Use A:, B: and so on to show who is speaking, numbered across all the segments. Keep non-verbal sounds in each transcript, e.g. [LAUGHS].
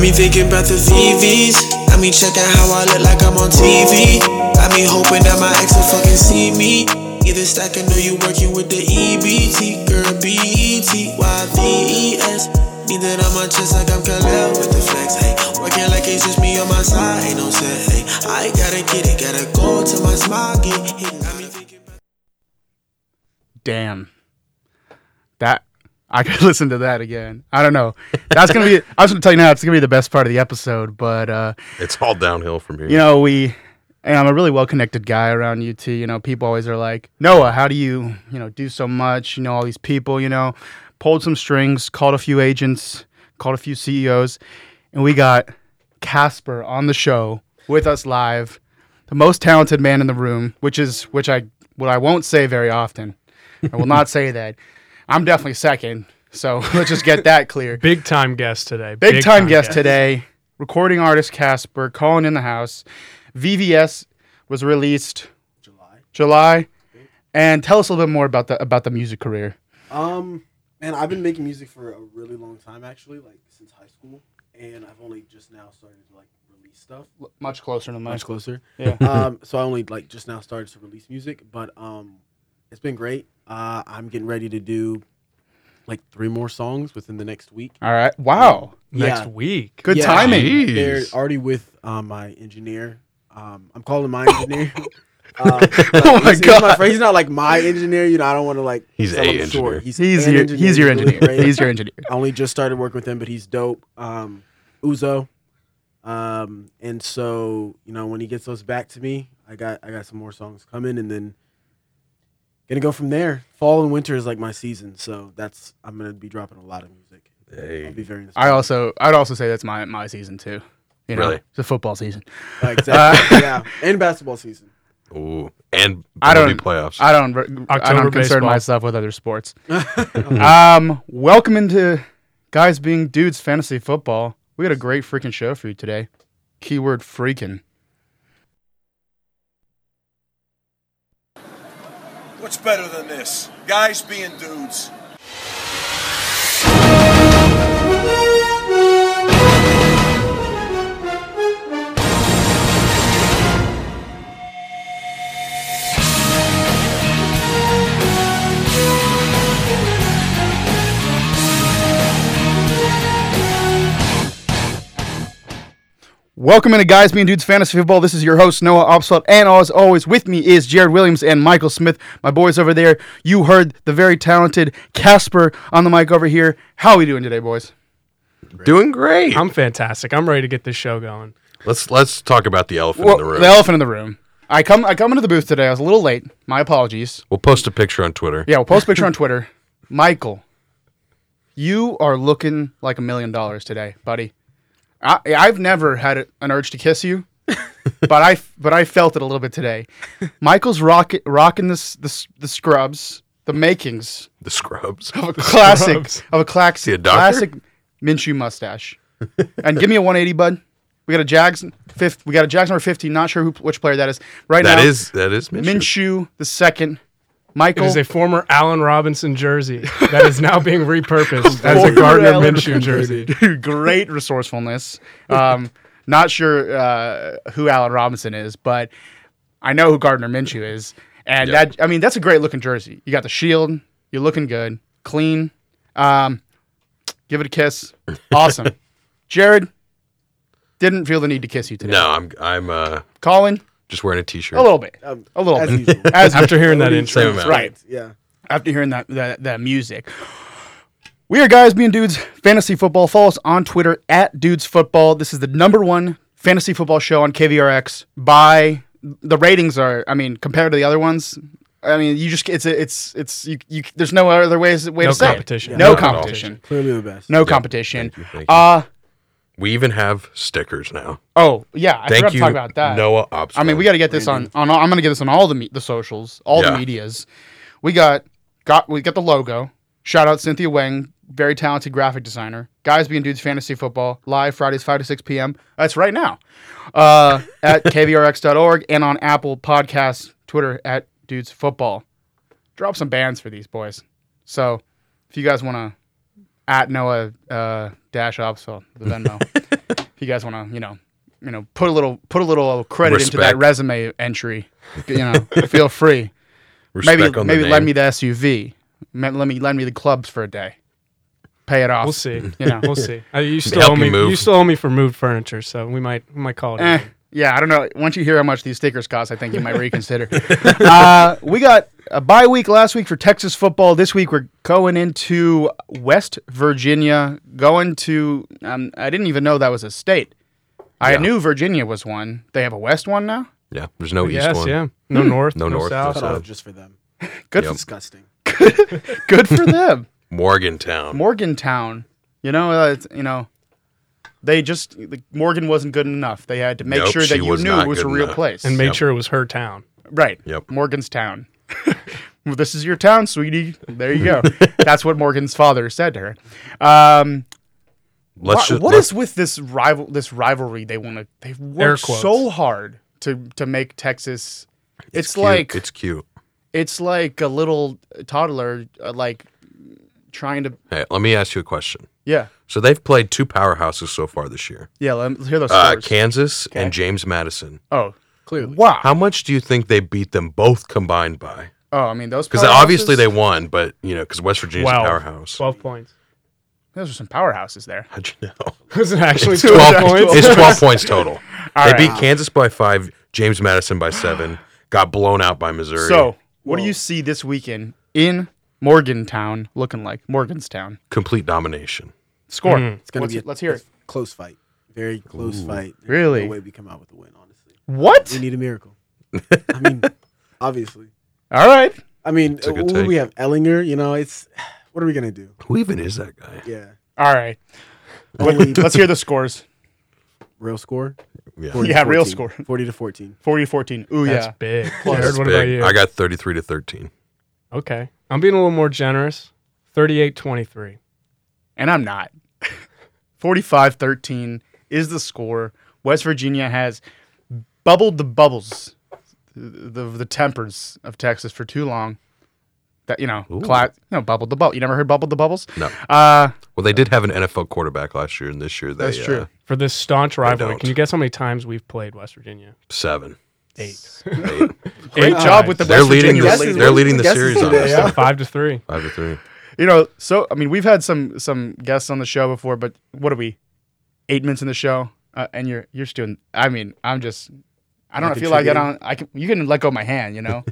A: me thinking about the VVs. Got me checking how I look like I'm on TV. Got me hoping that my ex will fucking see me. Either stack or know you working with the EBT. Girl, B E T Y V E S. Need that on my chest like I'm Khalil with the flex. Hey, working like it's just me on my side. Ain't no set. Hey, I gotta get it. Gotta go to my smile. Get hit. Got me thinking about
B: Damn. That I could [LAUGHS] listen to that again. I don't know. That's gonna be. I was gonna tell you now. It's gonna be the best part of the episode. But uh,
C: It's all downhill from here.
B: you know, we and I'm a really well-connected guy around UT. You know, people always are like, Noah, how do you, you know, do so much? You know, all these people. You know, pulled some strings, called a few agents, called a few CEOs, and we got Casper on the show with us live, the most talented man in the room, which is which I what I won't say very often. I will not say that. I'm definitely second. So [LAUGHS] let's just get that clear.
D: Big time guest today.
B: Big, time, guest today, recording artist Casper, calling in the house. VVS was released July. July. And tell us a little bit more about the about the music career.
E: Um, and I've been making music for a really long time, actually, like since high school, and I've only just now started to like release stuff.
B: Much closer to my
E: Much closer.
B: Yeah.
E: [LAUGHS] um, so I only like just now started to release music, but um, it's been great. Uh, I'm getting ready to do like three more songs within the next week.
B: All right. Wow.
D: Next
E: Yeah.
D: week.
B: Good
E: Yeah.
B: timing.
C: Jeez.
E: They're already with uh, my engineer. Um, I'm calling my engineer. [LAUGHS] Uh,
B: Oh my
E: he's, he's
B: God.
E: friend. he's not like my engineer. You know, I don't want to like.
C: He's
E: sell
C: a
E: him short.
C: engineer.
E: He's,
B: He's
E: an
B: your he's your
E: really
B: engineer.
E: great.
B: he's your engineer.
E: I only just started working with him, but he's dope. Um, Uzo. Um, and so you know, when he gets those back to me, I got I got some more songs coming, and then gonna go from there. Fall and winter is like my season, so that's I'm gonna be dropping a lot of music. I'll
C: Hey.
E: be very. Inspired.
B: I also I'd also say that's my my season too. You know,
C: Really?
B: It's a football season.
E: Uh,
B: [LAUGHS]
E: exactly. yeah, and basketball season.
C: Ooh. And
B: I
C: MLB
B: don't-
C: playoffs.
B: I don't re- I
D: October
B: don't concern
D: baseball.
B: myself with other sports. um, welcome into guys being dudes fantasy football. We had a great freaking show for you today. Keyword freaking.
F: What's better than this? Guys being dudes.
B: Welcome into Guys Being Dudes Fantasy Football. This is your host, Noah Obslut. And as always, with me is Jared Williams and Michael Smith. My boys over there, you heard the very talented Casper on the mic over here. How are we doing today, boys?
C: Doing great.
D: I'm fantastic. I'm ready to get this show going.
C: let's let's talk about the elephant in the room.
B: elephant in the room. I come I come into the booth today. I was a little late. My apologies.
C: we'll post a picture on Twitter.
B: Yeah, we'll post a picture
C: [LAUGHS]
B: on Twitter. Michael, you are looking like a million dollars today, buddy. I, I've never had a- an urge to kiss
C: [LAUGHS]
B: you, but I but I felt it a little bit today. Michael's rocket rocking this this the scrubs, the makings [LAUGHS]
C: The scrubs.
B: of a classic of a classic
C: he a doctor?
B: classic Minshew mustache. and give me a 180, bud. We got a Jags fifth. We got a Jags number 15. Not sure who which player that is right
C: That
B: now.
C: is that is Minshew.
B: Minshew the second.
D: It
B: Michael
D: is a former Allen
B: [LAUGHS]
D: Robinson jersey that is now being repurposed as a
B: Former
D: Gardner
B: Allen
D: Minshew jersey.
B: Dude, [LAUGHS] great resourcefulness. Um, not sure uh, who Allen Robinson is, but I know who Gardner Minshew is, and
C: Yeah.
B: that I mean that's a great looking jersey. You got the shield. You're looking good, clean. Um, give it a
C: [LAUGHS]
B: kiss. Awesome, Jared. Didn't feel the need to kiss you today.
C: No, I'm I'm uh
B: Colin,
C: just wearing a t-shirt.
B: a little bit,
E: Um,
B: a little
E: as
B: bit.
E: usual.
B: As
D: After hearing that intro,
C: Same amount.
B: right
E: Yeah.
B: after hearing that, that that music. We are guys being dudes fantasy football. Follow us on Twitter at dudes football. This is the number one fantasy football show on KVRX. By the ratings are, I mean, compared to the other ones, I mean, you just it's it's it's you, you there's no other ways way
D: No
B: to say it.
D: competition.
B: No
C: Not at all.
B: competition.
E: Clearly the best.
B: No competition.
C: Thank you, thank you.
B: Uh
C: we even have stickers now.
B: oh yeah, I
C: Thank
B: forgot to
C: you,
B: talk about that.
C: Noah Obstman.
B: I mean, we got to get this on, on. I'm going to get this on all the me- the socials, all
C: Yeah.
B: the medias. We got got we got the logo. Shout out Cynthia Wang, very talented graphic designer. Guys being dudes, fantasy football live Fridays five to six p.m. That's right now uh, at kvrx.org and on Apple Podcasts, Twitter at dudes football. Drop some bands for these boys. So
C: [LAUGHS]
B: if you guys want to at Noah uh, dash Opsfeld the Venmo. you guys want to, you know, you know, put a little put a little credit into that
C: Respect.
B: resume entry. You know, [LAUGHS] feel free.
C: Respect
B: maybe
C: on
B: maybe
C: the
B: lend
C: name.
B: me the SUV. Ma- Let me lend me the clubs for a day. Pay it off.
C: [LAUGHS]
D: We'll see.
B: You know.
D: We'll see. Uh, you still
C: Help
D: owe
C: you
D: me.
C: move.
D: You still owe me for moved furniture, so we might we might call it.
B: Eh,
D: even.
B: yeah, I don't know. Once you hear how much these stickers cost, I think you might
C: [LAUGHS]
B: reconsider. uh, we got a bye week last week for Texas football. This week we're going into West Virginia. Going to um, I didn't even know that was a state. I
C: Yeah.
B: knew Virginia was one. They have a West one now.
C: Yeah, there's no east
D: Yes.
C: one.
D: Yeah.
B: Hmm.
D: No north.
C: No
D: No,
C: north, no
D: south.
E: Cut
C: So-
E: off just for them.
B: Good,
C: Yep.
E: Disgusting.
B: good for them.
C: Morgantown.
B: Morgantown. You know, uh, it's, you know, they just the- Morgan wasn't good enough. They had to make
C: Nope,
B: sure
C: she
B: that you
C: was
B: knew
C: not
B: it was a
C: good
B: real
C: enough.
B: place.
D: and made
C: Yep.
D: sure it was her town.
B: Right.
C: Yep.
B: Morganstown. [LAUGHS] well, this is your town, sweetie. There you
C: [LAUGHS]
B: go. That's what Morgan's father said to her. Um,
C: let's
B: wha-
C: just,
B: what
C: let's,
B: is with this rival? This rivalry they want to. They
D: Air
B: work
D: quotes.
B: so hard to to make Texas. It's,
C: cute.
B: like
C: it's
B: it's,
C: cute.
B: like a little toddler uh, like trying to
C: Hey, let me ask you a question.
B: yeah
C: So they've played two powerhouses so far this year.
B: yeah. Let me hear those
C: Uh,
B: scores.
C: Kansas and James Madison.
B: oh
E: Clearly.
B: wow.
C: How much do you think they beat them both combined by?
B: Oh, I mean those
C: Because obviously
B: powerhouses-
C: they won, but you know, because West Virginia's
D: Wow.
C: a powerhouse.
D: Twelve points.
B: those are some powerhouses there. [LAUGHS]
C: How'd you know?
D: Was it actually
C: It's
D: twelve
C: 12
D: points?
C: It's 12 points total.
B: All
C: they
B: right.
C: beat Kansas by five, James Madison by seven, got blown out by Missouri.
B: So what do you see this weekend in Morgantown looking like Morganstown?
C: complete domination.
B: Score.
E: It's gonna
B: Let's-
E: be. A,
B: let's hear it.
E: Close fight. Very close fight. There's
B: Really?
E: No way we come out with a win. Honestly,
B: What?
E: we need a miracle. I [LAUGHS] mean, obviously.
B: All right.
E: I mean,
C: a good
E: who do we
C: take.
E: have Ellinger. You know, it's. What are we gonna do?
C: Who even is that guy?
E: Yeah.
B: All right.
E: Only
B: Let's hear the scores.
E: real score.
C: Yeah.
E: 40 to
B: Yeah, real
E: 14.
B: score.
E: Forty to fourteen.
B: 40 14. Ooh,
D: That's
B: yeah.
D: big.
C: That's
D: Jared, what
C: big.
D: about you?
C: I got 33 to 13.
D: okay. I'm being a little more generous. 38-23.
B: And I'm not. [LAUGHS] 45 13 is the score. West Virginia has bubbled the bubbles, the, the, the tempers of Texas for too long. That, you know, cla- you know, bubbled the bubble. You never heard bubbled the bubbles?
C: No.
B: Uh,
C: Well, they did have an NFL quarterback last year, and this year they
B: that's true.
C: uh,
D: For this staunch rivalry,
C: don't.
D: can you guess how many times we've played West Virginia?
C: seven.
D: [LAUGHS] Eight.
C: Eight. [LAUGHS]
B: Great
D: Eight
B: job
D: times.
B: with the
C: They're
B: West
C: leading
B: Virginia
C: the-
B: ladies.
C: they're leading the
E: Guesses
C: series
E: today,
C: on this.
D: [LAUGHS]
E: yeah.
D: Five to three.
C: Five to three.
B: You know, so I mean, we've had some some guests on the show before, but what are we? Eight minutes in the show, uh, and you're you're just doing. I mean, I'm just. I don't
E: Not
B: feel like I
E: contributing.
B: don't. I can. You can let go of my hand. You know,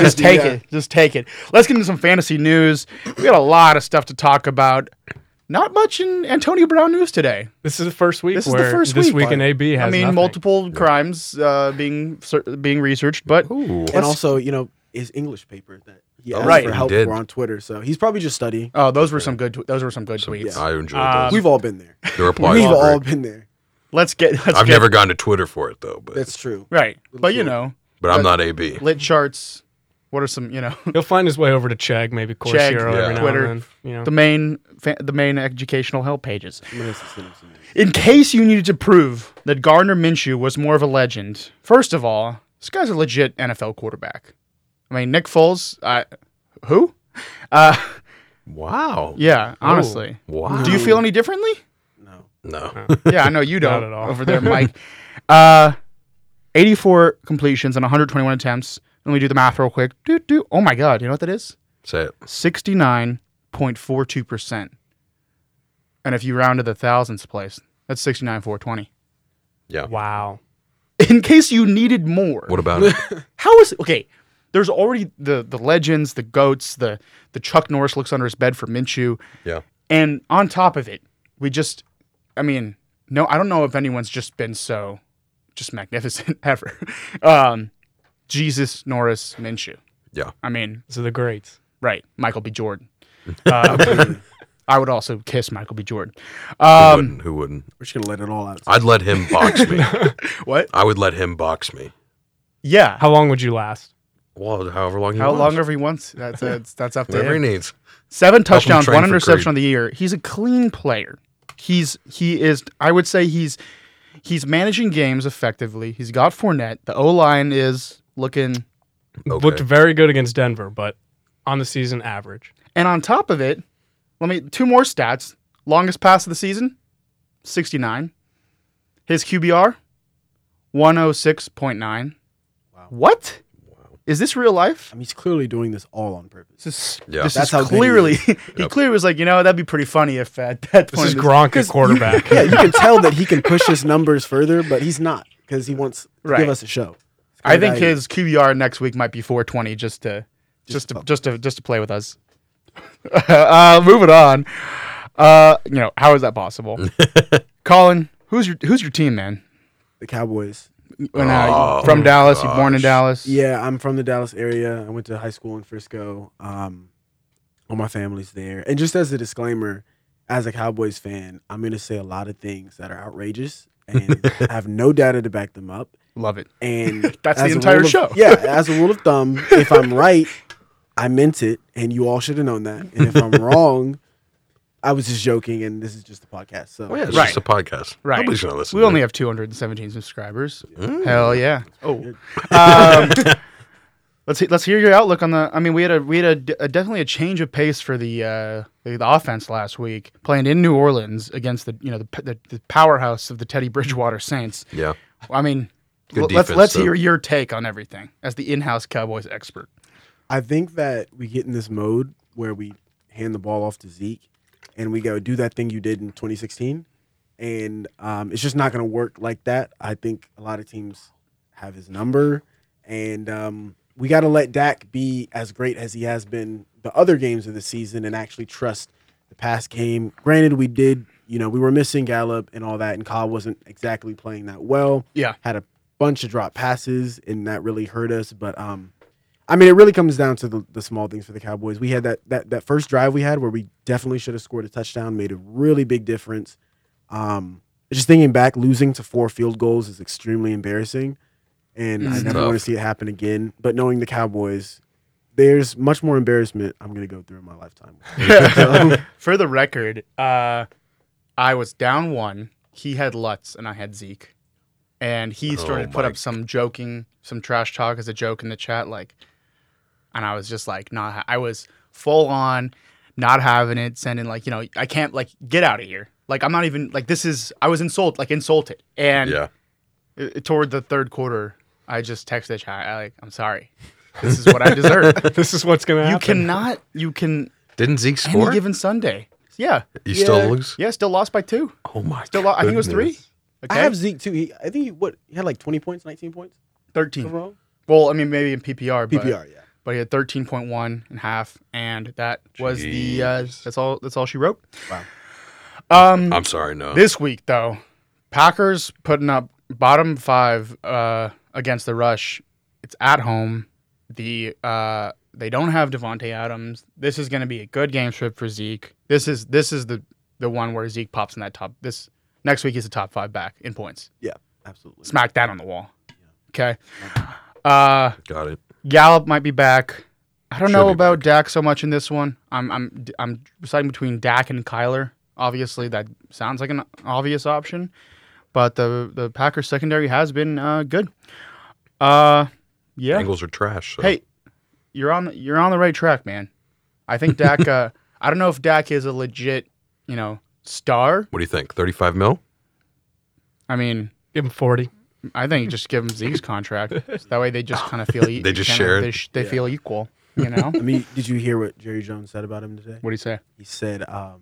B: just take
E: Yeah.
B: it. Just take it. Let's get into some fantasy news. We got a lot of stuff to talk about. Not much in Antonio Brown news today.
D: This is the first week
B: This is the
D: where
B: first
D: this
B: week.
D: week in AB has
B: I mean,
D: nothing.
B: multiple crimes uh, being ser- being researched, but
C: Ooh.
E: And also, you know, his English paper that Oh, he asked
B: Right.
E: for
B: He
E: help
C: did.
E: for on Twitter. So he's probably just studying.
B: oh, those were some good. Tw- those were some good tweets.
C: I enjoyed
B: Uh,
C: those.
E: We've all been [LAUGHS] there.
C: The replies
E: We've
C: were
E: all
C: great.
E: been there.
B: Let's get. Let's
C: I've
B: get-
C: never gone to Twitter for it though, but
E: That's [LAUGHS] true.
B: Right, but you know,
C: but I'm not AB.
B: lit charts. What are some you know
D: He'll find his way over to Chegg, maybe Coursera
B: Chegg,
C: yeah.
D: every now
B: Twitter,
D: and then. You know.
B: the main fa- the main educational help pages?
E: I'm gonna have to send him some news.
B: In case you needed to prove that Gardner Minshew was more of a legend, first of all, this guy's a legit NFL quarterback. I mean, Nick Foles, I, who? Uh,
C: Wow.
B: yeah, honestly.
C: Wow.
B: Do you feel any differently?
E: No.
C: no.
B: Yeah, I know you don't
D: [LAUGHS] Not at all.
B: over there, Mike. Uh, 84 completions and 121 attempts. Let me do the math real quick. Doo, doo. Oh my God, you know what that is?
C: Say it.
B: 69.42%. And if you round to the thousandths place, that's 69,420.
C: Yeah.
D: wow.
B: In case you needed more. [LAUGHS]
C: What about it?
B: How is okay? There's already the the legends, the goats, the the Chuck Norris looks under his bed for Minshew,
C: Yeah.
B: and on top of it, we just, I mean, no, I don't know if anyone's just been so, just magnificent [LAUGHS] ever. Um, Jesus, Norris, Minshew.
C: Yeah.
B: I mean,
D: So the greats.
B: Right, Michael B.
C: [LAUGHS]
B: Jordan. Uh, I would also kiss Michael B. Jordan. Um,
C: who wouldn't? Who wouldn't?
E: We're just gonna let it all out.
C: I'd let him box [LAUGHS] me.
B: what?
C: I would let him box me.
B: Yeah. How,
D: How long would you last?
C: Well, however long. He wants.
B: long ever he wants? That's that's, that's up to
C: Whatever he
B: him.
C: needs.
B: Seven touchdowns,
C: train
B: one
C: for
B: interception
C: Creed.
B: of the year. He's a clean player. He's he is. I would say he's he's managing games effectively. He's got Fournette. The O line is looking,
C: Okay.
D: Looked very good against Denver, but on the season average.
B: and on top of it, let me two more stats. Longest pass of the season, sixty nine. His QBR, 106.9.
E: Wow.
B: What? Is this real life?
E: I mean, he's clearly doing this all on purpose.
B: This is,
C: Yeah.
B: this
E: That's
B: is
E: how good he
B: clearly, [LAUGHS]
E: is.
B: he,
C: Yep.
B: clearly was like, you know, that'd be pretty funny if at that
D: This
B: point.
D: is Gronk
B: [LAUGHS]
D: at quarterback.
E: [LAUGHS] yeah, you can tell that he can push his numbers further, but he's not because he wants to
B: Right.
E: give us a show. It's
B: I
E: kinda
B: think
E: like-
B: his QBR next week might be 420 just to just
E: Just
B: to
E: to-
B: just to just to play with us. [LAUGHS] uh, moving on. Uh, you know, how is that [LAUGHS] possible? Colin, who's your who's your team, man?
E: the Cowboys.
B: When, uh,
C: Oh,
B: from Dallas, you born in Dallas.
E: Yeah, I'm from the Dallas area. I went to high school in Frisco. Um, all my family's there. And just as a disclaimer, as a Cowboys fan, I'm going to say a lot of things that are outrageous
B: [LAUGHS]
E: and I have no data to back them up.
B: Love it.
E: And
B: [LAUGHS] That's the
E: as a
B: entire
E: rule of-
B: show. [LAUGHS]
E: Yeah, as a rule of thumb, if I'm right, I meant it, and you all should have known that.
B: [LAUGHS]
E: And if I'm wrong, I was just joking, and this is just a podcast. So
C: Oh, yeah, it's
B: Right.
C: just a podcast.
B: Right.
C: Nobody's gonna listen.
B: We
C: to
B: only
C: it.
B: have 217 subscribers.
C: Mm.
B: Hell yeah. Oh.
E: good.
B: Um,
C: [LAUGHS]
B: let's he- let's hear your outlook on the I mean, we had a we had a d- a, definitely a change of pace for the uh the, the offense last week playing in New Orleans against the you know the p- the, the powerhouse of the Teddy Bridgewater Saints.
C: Yeah.
B: I mean,
C: Good
B: l- let's
C: defense,
B: let's
C: though.
B: hear your take on everything as the in-house Cowboys
C: [LAUGHS]
B: expert. [LAUGHS]
E: I think that we get in this mode where we hand the ball off to Zeke, and we go do that thing you did in 2016, and um, it's just not going to work like that. I think a lot of teams have his number, and um, we got to let Dak be as great as he has been the other games of the season, and actually trust the pass game. Granted, we did, you know, we were missing Gallup and all that, and Kyle wasn't exactly playing that well
B: Yeah.
E: had a bunch of drop passes, and that really hurt us. But um, I mean, it really comes down to the, the small things for the Cowboys. We had that that that first drive we had where we definitely should have scored a touchdown, made a really big difference. Um, just thinking back, losing to four field goals is extremely embarrassing, and I never
C: tough.
E: want to see it happen again. But knowing the Cowboys, there's much more embarrassment I'm going to go through in my [LAUGHS] lifetime. So,
B: For the record, uh I was down 1. He had Lutz and I had Zeke. And he started
C: Oh
B: to put
C: my
B: up some joking, some trash talk as a joke in the chat like and I was just like not ha- I was full on not having it sending like, you know, I can't like get out of here. Like I'm not even like this is I was insult like insulted. And
C: Yeah.
B: i- toward the third quarter, I just texted the chat I like I'm sorry. This is what I
C: [LAUGHS]
B: deserve.
D: [LAUGHS] this is what's going to
B: you
D: happen.
B: cannot you can
C: Didn't Zeke
B: any
C: score?
B: given Sunday. Yeah.
C: you still
E: Yeah.
C: lose?
B: Yeah, still lost by two.
C: Oh my.
B: Still lost. I think it was three.
C: goodness.
B: Okay.
E: I have Zeke too. He, I think he what he had like 20 points, 19 points
B: 13.
E: overall.
B: Well, I mean, maybe in PPR, but,
E: PPR, yeah.
B: but he had 13.1 and half, and that was the uh,
C: Jeez. Uh,
B: that's all that's all she wrote.
E: Wow.
B: Um,
C: I'm sorry. No.
B: this week though, Packers putting up bottom five uh, against the rush. It's at home. The uh, they don't have Devonte Adams. This is going to be a good game strip for Zeke. This is this is the the one where Zeke pops in that top. This next week is a top five back in points.
E: Absolutely.
B: Smack that on the wall. Okay. Uh,
C: Got it.
B: Gallup might be back. I don't
C: Should
B: know
C: be
B: about Dak so much in this one. I'm I'm I'm deciding between Dak and Kyler. Obviously, that sounds like an obvious option, but the the Packers secondary has been uh, good. Uh, yeah.
C: Bengals are trash. So.
B: Hey, you're on you're on the right track, man. I think
C: [LAUGHS]
B: Dak. uh, I don't know if Dak is a legit, you know, star.
C: What do you think? 35 mil?
B: I mean,
D: Give him 40.
B: I think just give him Zeke's contract. So that way they just kind of feel e-
C: [LAUGHS] They just
B: kinda-
C: share it.
B: They, sh- they
E: Yeah.
B: feel equal. You know.
E: I mean, did you hear what Jerry Jones said about him today?
B: what do you say?
E: He said, um,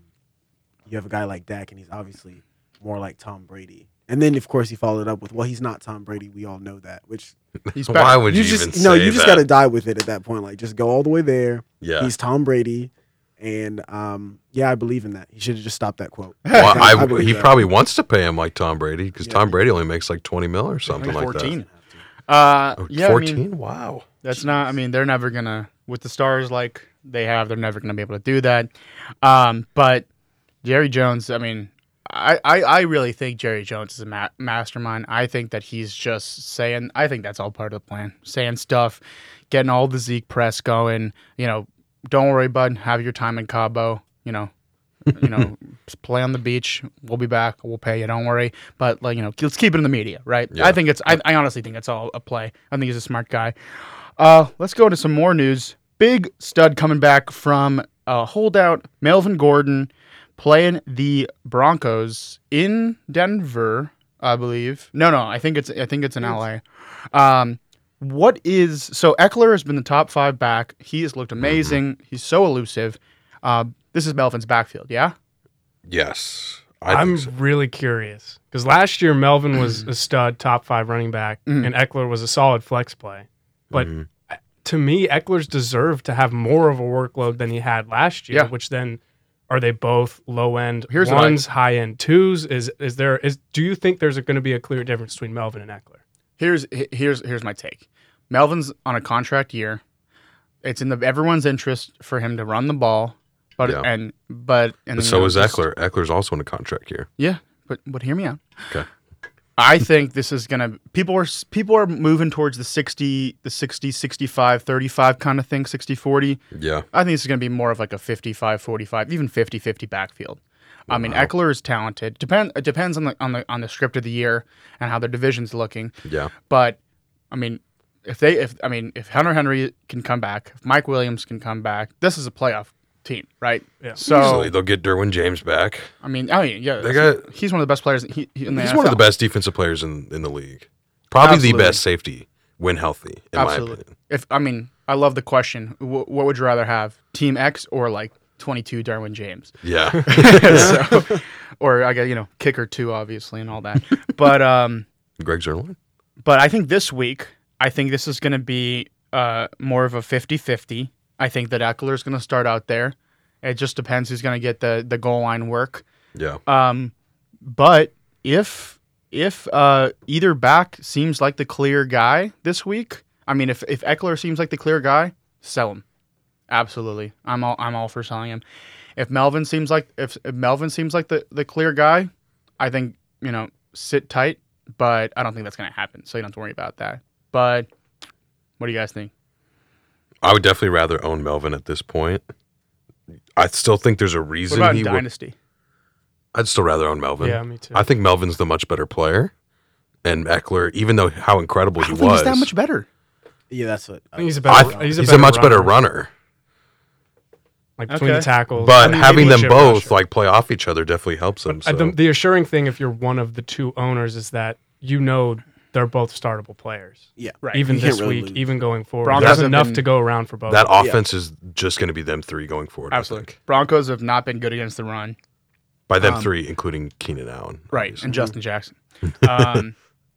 E: "You have a guy like Dak, and he's obviously more like Tom Brady." And then, of course, he followed up with, "Well, he's not Tom Brady. We all know that." Which
B: He's back.
C: Why would you,
E: just
C: even
E: no,
C: say
E: you just
C: that?
E: got to die with it at that point. Like, just go all the way there.
C: Yeah.
E: He's Tom Brady, and um, yeah, I believe in that. He should have just stopped that quote.
C: [LAUGHS]
E: [LAUGHS]
C: Well,
E: Yeah,
C: I,
E: believe
C: he
E: that.
C: probably wants to pay him like Tom Brady because
E: Yeah.
C: Tom Brady only makes like 20 mil or
B: I
C: something
B: think
C: like
B: 14.
C: that.
B: Uh,
C: Oh,
B: yeah,
C: 14?
B: I mean,
C: wow.
B: that's not. I mean, they're never gonna with the stars like they have. They're never gonna be able to do that. Um, but Jerry Jones. I mean, I, I, I really think Jerry Jones is a ma- mastermind. I think that he's just saying. I think that's all part of the plan. Saying stuff, getting all the Zeke press going. You know, don't worry, bud. Have your time in Cabo. You know. you know, just play on the beach. We'll be back. We'll pay you. Don't worry. But like you know, let's keep it in the media, right?
C: Yeah.
B: I think it's. I, I honestly think it's all a play. I think he's a smart guy. Uh, let's go to some more news. Big stud coming back from uh, holdout Melvin Gordon playing the Broncos in Denver. I believe. No, no, I think it's I think it's in LA. Um, what is so Eckler has been the top five back. He has looked amazing. He's so elusive. Uh, this is Melvin's backfield, yeah.
C: Yes. I
D: I'm
C: think so.
D: really curious because last year Melvin
C: [CLEARS THROAT]
D: was a stud, top five running back,
B: Mm-hmm.
D: and Eckler was a solid flex play. But
C: Mm-hmm.
D: uh, to me, Eckler's deserved to have more of a workload than he had last year.
B: Yeah.
D: Which then are they both low end
B: Here's what I-
D: ones, high end twos? Is is there is do you think there's going to be a clear difference between Melvin and Eckler?
B: Here's he- here's here's my take. Melvin's on a contract year. It's in the everyone's interest for him to run the ball, but
C: Yeah.
B: and but and
C: But
B: you
C: so
B: know,
C: is
B: just-
C: Eckler. Eckler's also in a contract here.
B: Yeah, but but hear me out.
C: Okay.
B: I think this is going to people are people are moving towards the 60 the 60 65 35 kind of thing, 60 40.
C: Yeah.
B: I think this is going to be more of like a 55 45, even 50 50 backfield. I mean, Eckler is talented. Depend it depends on the on the on the script of the year and how their division's looking.
C: Yeah.
B: But I mean, if they if I mean if Hunter Henry can come back, if Mike Williams can come back, this is a playoff team, right?
D: Yeah.
B: So
C: Easily they'll get Derwin James back.
B: I mean, I mean, Oh. yeah,
C: They got-
B: he's one of the best players. He, he- in the
C: He's one of the
B: NFL.
C: best defensive players in, in the league. Probably
B: Absolutely.
C: the best safety when healthy, in my
B: Absolutely.
C: opinion.
B: If I mean, I love the question. Wh- what would you rather have, Team X or like 22 Darwin
C: [LAUGHS]
B: James, [LAUGHS]
C: Yeah.
B: So- or I got you know kicker two obviously and all
C: [LAUGHS]
B: that. But um,
C: Greg Zerline.
B: but I think this week, I think this is going to be uh more of a 50-50. I think that Eckler is going to start out there. It just depends who's going to get the the goal line work.
C: Yeah.
B: Um, but if if uh, either back seems like the clear guy this week, I mean, if if Eckler seems like the clear guy, sell him. Absolutely, I'm all I'm all for selling him. If Melvin seems like if, if Melvin seems like the the clear guy, I think you know sit tight. But I don't think that's gonna happen, so you don't have to worry about that. But what do you guys think?
C: I would definitely rather own Melvin at this point. I still think there's a
B: What
C: reason
B: about
C: he
B: in
C: would.
B: Dynasty?
C: I'd still rather own Melvin.
D: Yeah, me too.
C: I think Melvin's the much better player. And Eckler, even though how incredible
B: I
C: he
B: don't think
C: was,
B: he's that much better.
E: Yeah, that's what. uh,
D: I think he's a
C: I
D: better.
C: th- he's, a, much better runner.
D: like between
B: Okay.
D: the tackles.
C: But
D: I mean,
C: having them
D: legit
C: both
D: rusher.
C: like play off each other definitely helps them. So.
D: Uh, the, the assuring thing if you're one of the two owners is that you know they're both startable players.
E: Yeah,
B: Right.
D: Even
E: You can't
D: this
E: really
D: week,
E: lose.
D: even going forward,
B: Brown
D: there's
B: hasn't
D: enough
B: been-
D: to go around for both.
C: that offense is just going to be them three going forward. I
B: Absolutely.
C: think.
B: Broncos have not been good against the run.
C: By them
B: Um,
C: three, including Keenan Allen.
B: right
C: obviously.
B: and justin jackson um,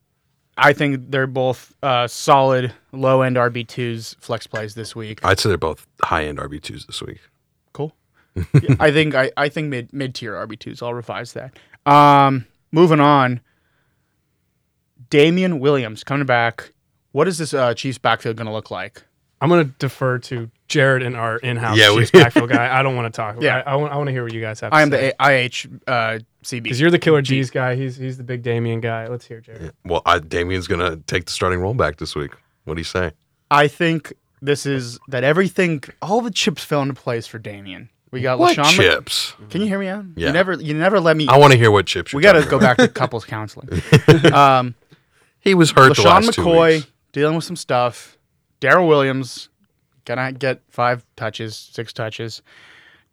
B: [LAUGHS] i think they're both uh, solid low end rb2s flex plays this week
C: I'd say they're both high end RB2s this week.
B: cool
C: [LAUGHS]
B: Yeah, i think i, I think mid mid tier rb2s i'll revise that um, moving on damian williams coming back what is this uh, chiefs backfield going to look like
D: I'm going to defer to Jared and our in-house
C: Yeah,
D: yeah,
C: we-
D: backfield guy. I don't want
B: [LAUGHS]
D: to talk.
B: Yeah.
D: Yeah, I, want, I want to hear what you guys have.
B: i
D: to
B: am
D: say.
B: the I- IH uh, cb
D: because you're the Killer G's guy. He's he's the big Damien guy. Let's hear Jared.
C: Well, I, Damien's going to take the starting role back this week. What do you say?
B: i think this is that everything all the chips fell into place for damian we got
C: What
B: LaShawn Mc-
C: chips?
B: Can you hear me out?
C: Yeah.
B: You never you never let me
C: I want to hear what chips.
B: We
C: you're
B: got to
C: talking
B: go
C: about.
B: back to couples counseling. Um,
C: He was hurt the
B: LaShawn
C: last two
B: McCoy
C: weeks.
B: dealing with some stuff. Daryl Williams gonna get five touches, six touches.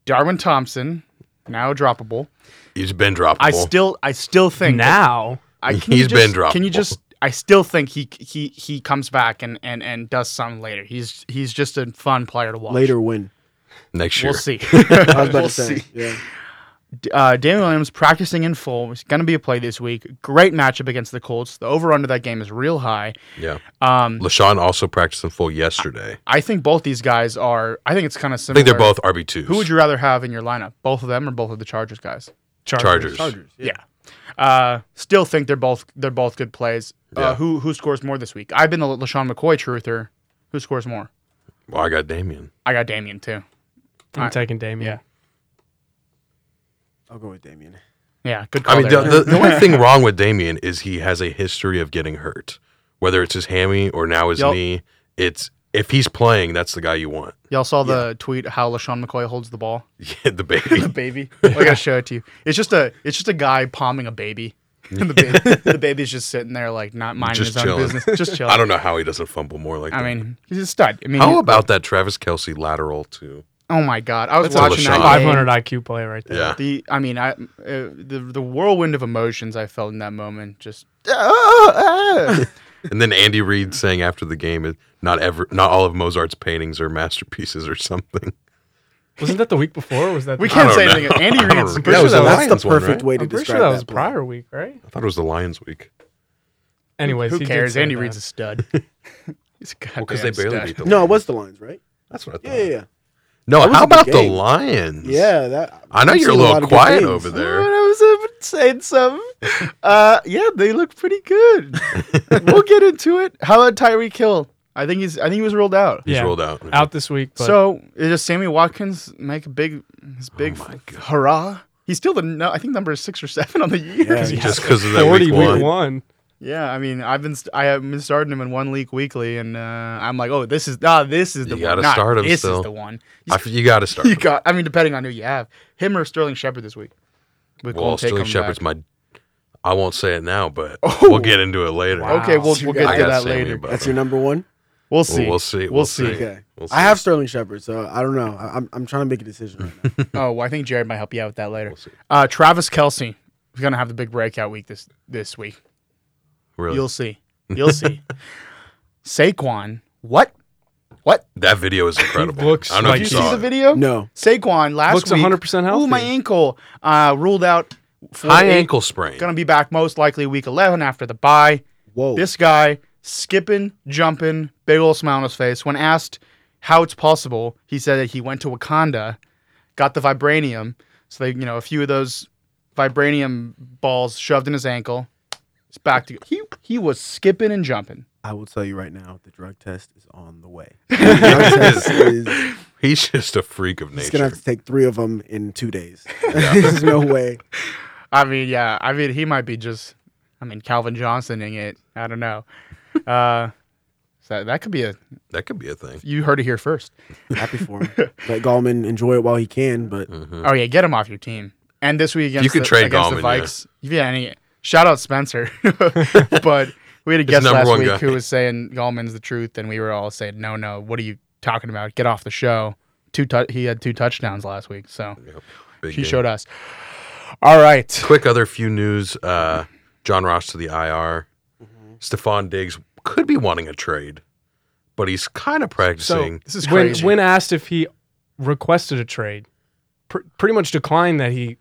B: Darwin Thompson now droppable.
C: He's been droppable.
B: I still, I still think
D: Now
B: I, can
C: He's
B: you just,
C: been
B: Can you
C: droppable.
B: just? I still think he he he comes back and and and does something later. He's he's just a fun player to watch.
E: Later win.
C: next year.
B: we'll
C: [LAUGHS]
B: see.
E: I was about
B: We'll
E: to say.
B: see.
E: Yeah.
B: uh, Damian Williams practicing in full. He's going to be a play this week. Great matchup against the Colts. The over under that game is real high.
C: Yeah.
B: Um,
C: LaShawn also practiced in full yesterday.
B: I think both these guys are. I think it's kind of
C: I
B: similar.
C: think they're both RB2s.
B: Who would you rather have in your lineup? Both of them or both of the Chargers guys?
C: Chargers.
E: Chargers.
B: Yeah. Uh, still think they're both they're both good plays. Uh,
C: Yeah.
B: who who scores more this week? I've been the LaShawn McCoy truther. Who scores more?
C: Well, I got Damien.
B: I got Damien too.
D: I'm taking Damien.
B: Yeah.
E: I'll go with Damien.
B: Yeah, good call.
C: I mean,
B: there.
C: the, the, the only
B: [LAUGHS]
C: thing wrong with Damien is he has a history of getting hurt, whether it's his hammy or now his
B: Yup.
C: knee. It's if he's playing, that's the guy you want. [LAUGHS]
B: Y'all saw the tweet how LaShawn McCoy holds the ball.
C: Yeah, the
B: [LAUGHS]
C: baby.
B: baby. I gotta show it to you. It's just a it's just a guy palming a baby. [LAUGHS] And the, ba- the baby's just sitting there like not minding
C: Just
B: his own
C: chilling.
B: business,
C: [LAUGHS]
B: just chilling.
C: I don't know how he doesn't fumble more like
B: I
C: that.
B: mean, he's a stud. I mean,
C: how about that Travis Kelsey lateral to
B: Oh my god, I was
C: That's a
B: watching that
C: LaShawn.
D: Five
B: game.
D: hundred IQ play right there.
C: Yeah.
B: The I mean, I uh, the the whirlwind of emotions I felt in that moment. Just ah, ah.
C: And then Andy Reid saying after the game, is not ever, not all of Mozart's paintings are masterpieces or something. [LAUGHS]
D: Wasn't that the week before? Or was that
B: we
D: the-
C: I
B: can't
C: don't
B: say
C: know.
B: anything. Andy
C: [LAUGHS] I don't
B: Reid's I'm
C: remember. That
B: pretty sure
C: was the
B: that was-
C: last-
E: That's
C: Lions
E: the
C: one,
E: perfect
C: right?
E: way to
D: I'm pretty
E: describe
D: sure that
E: that
D: was
E: play.
D: prior week, right?
C: I thought it was the Lions week.
D: Anyways,
B: Who
D: he did
B: cares?
D: say
B: Andy
D: that.
B: Reid's a
D: [LAUGHS]
B: stud. He's a
C: Well,
B: goddamn
C: because they barely
B: stud.
C: beat the.
E: No, it
C: Lions.
E: was the Lions, right?
C: That's what I
E: Yeah,
C: thought.
E: yeah, yeah.
C: No,
E: That was
C: how
E: a good
C: about the
E: game.
C: Lions?
E: Yeah, that.
C: I know
E: I've
C: you're a
E: seen lot
C: little
E: of good
C: quiet
E: games.
C: over
B: Alright,
C: there.
B: I was uh, saying something. Uh, yeah, they look pretty good.
D: [LAUGHS]
B: we'll get into it. How about Tyreek Hill? I think he's. I think he was ruled out.
C: He's
D: Yeah.
C: rolled out.
D: out this week. But
B: So it does Sammy Watkins make a big his big
C: Oh my God.
B: hurrah? He's still the no, I think number six or seven on the year. [LAUGHS]
E: Yeah,
B: Yeah,
C: just because of that
D: forty
C: week
D: week
C: one.
D: one.
B: I mean I've been st- I have been starting him in one league weekly, and uh, I'm like, oh, this is ah, this is the
C: You
B: one.
C: gotta
B: Not
C: start him
B: this
C: still.
B: is the one.
C: I f- you got to
E: [LAUGHS]
C: start.
B: You got. I mean, depending on who you have, him or Sterling Shepard this week. With
C: well,
B: Golden Tate
C: Sterling
B: coming
C: Shepard's
B: back.
C: my. I won't say it now, but
B: Oh.
C: we'll get into it later.
B: Okay, we'll,
E: That's
B: we'll
E: your
B: get
E: guy.
C: I
B: to
C: got
B: that
C: Sammy,
B: later.
C: but-
E: That's your number one.
B: We'll
C: Well,
B: see.
C: we'll see.
B: We'll see.
E: Okay.
C: We'll see.
E: I have Sterling Shepard, so I don't know. I- I'm I'm trying to make a decision. Right now.
B: Oh, well, I think Jared might help you out with that later.
C: We'll see.
B: Uh, Travis Kelsey is gonna have the big breakout week this this week.
C: Really,
B: You'll
C: [LAUGHS]
B: see. You'll see. Saquon, what? What?
C: that video
B: [LAUGHS]
C: is incredible.
D: looks
C: I don't know
D: like
C: if
B: Did
C: you
B: you
D: he's
B: see
C: saw
B: the
C: it.
B: video?
E: No,
B: Saquon last
D: Looks
B: week
D: 100% healthy.
B: Ooh, my ankle uh, ruled out. for
C: High
B: eight-
C: ankle sprain.
B: Gonna be back most likely week eleven after the bye.
E: whoa.
B: This guy skipping, jumping, big old smile on his face. When asked how it's possible, he said that he went to Wakanda, got the vibranium. So they, you know, a few of those vibranium balls shoved in his ankle. It's back to he. He was skipping and jumping.
E: I will tell you right now, the drug test is on
C: [LAUGHS]
E: the way. The drug test is.
C: [LAUGHS] He's just a freak of
E: He's gonna
C: nature.
E: have to take three of them in two days. [LAUGHS] There's no way.
B: I mean, yeah. I mean, he might be just. I mean, Calvin Johnsoning it. I don't know. [LAUGHS] Uh, so that could be a.
C: That could be a thing.
B: You heard it here first.
E: Happy for him. Let Gallman enjoy it while he can, but
C: Mm.
B: Oh yeah, get him off your team. And this week against
C: You could
B: the,
C: trade
B: against the
C: Gallman, yeah.
B: Vikes, yeah. any shout out Spencer, [LAUGHS] but we had a guest
C: number
B: last
C: one
B: week
C: guy.
B: who was saying Gallman's the truth, and we were all saying, no, no, what are you talking about? Get off the show. Two tou- he had two touchdowns last week, so
C: Big
B: he
C: game.
B: showed us. All right,
C: Quick other few news. Uh, John Ross to the IR.
E: Mm-hmm.
C: Stephon Diggs could be wanting a trade, but he's kind of
D: So
C: practicing.
B: this is
D: when
B: crazy.
D: when asked if he requested a trade, pr- pretty much declined that he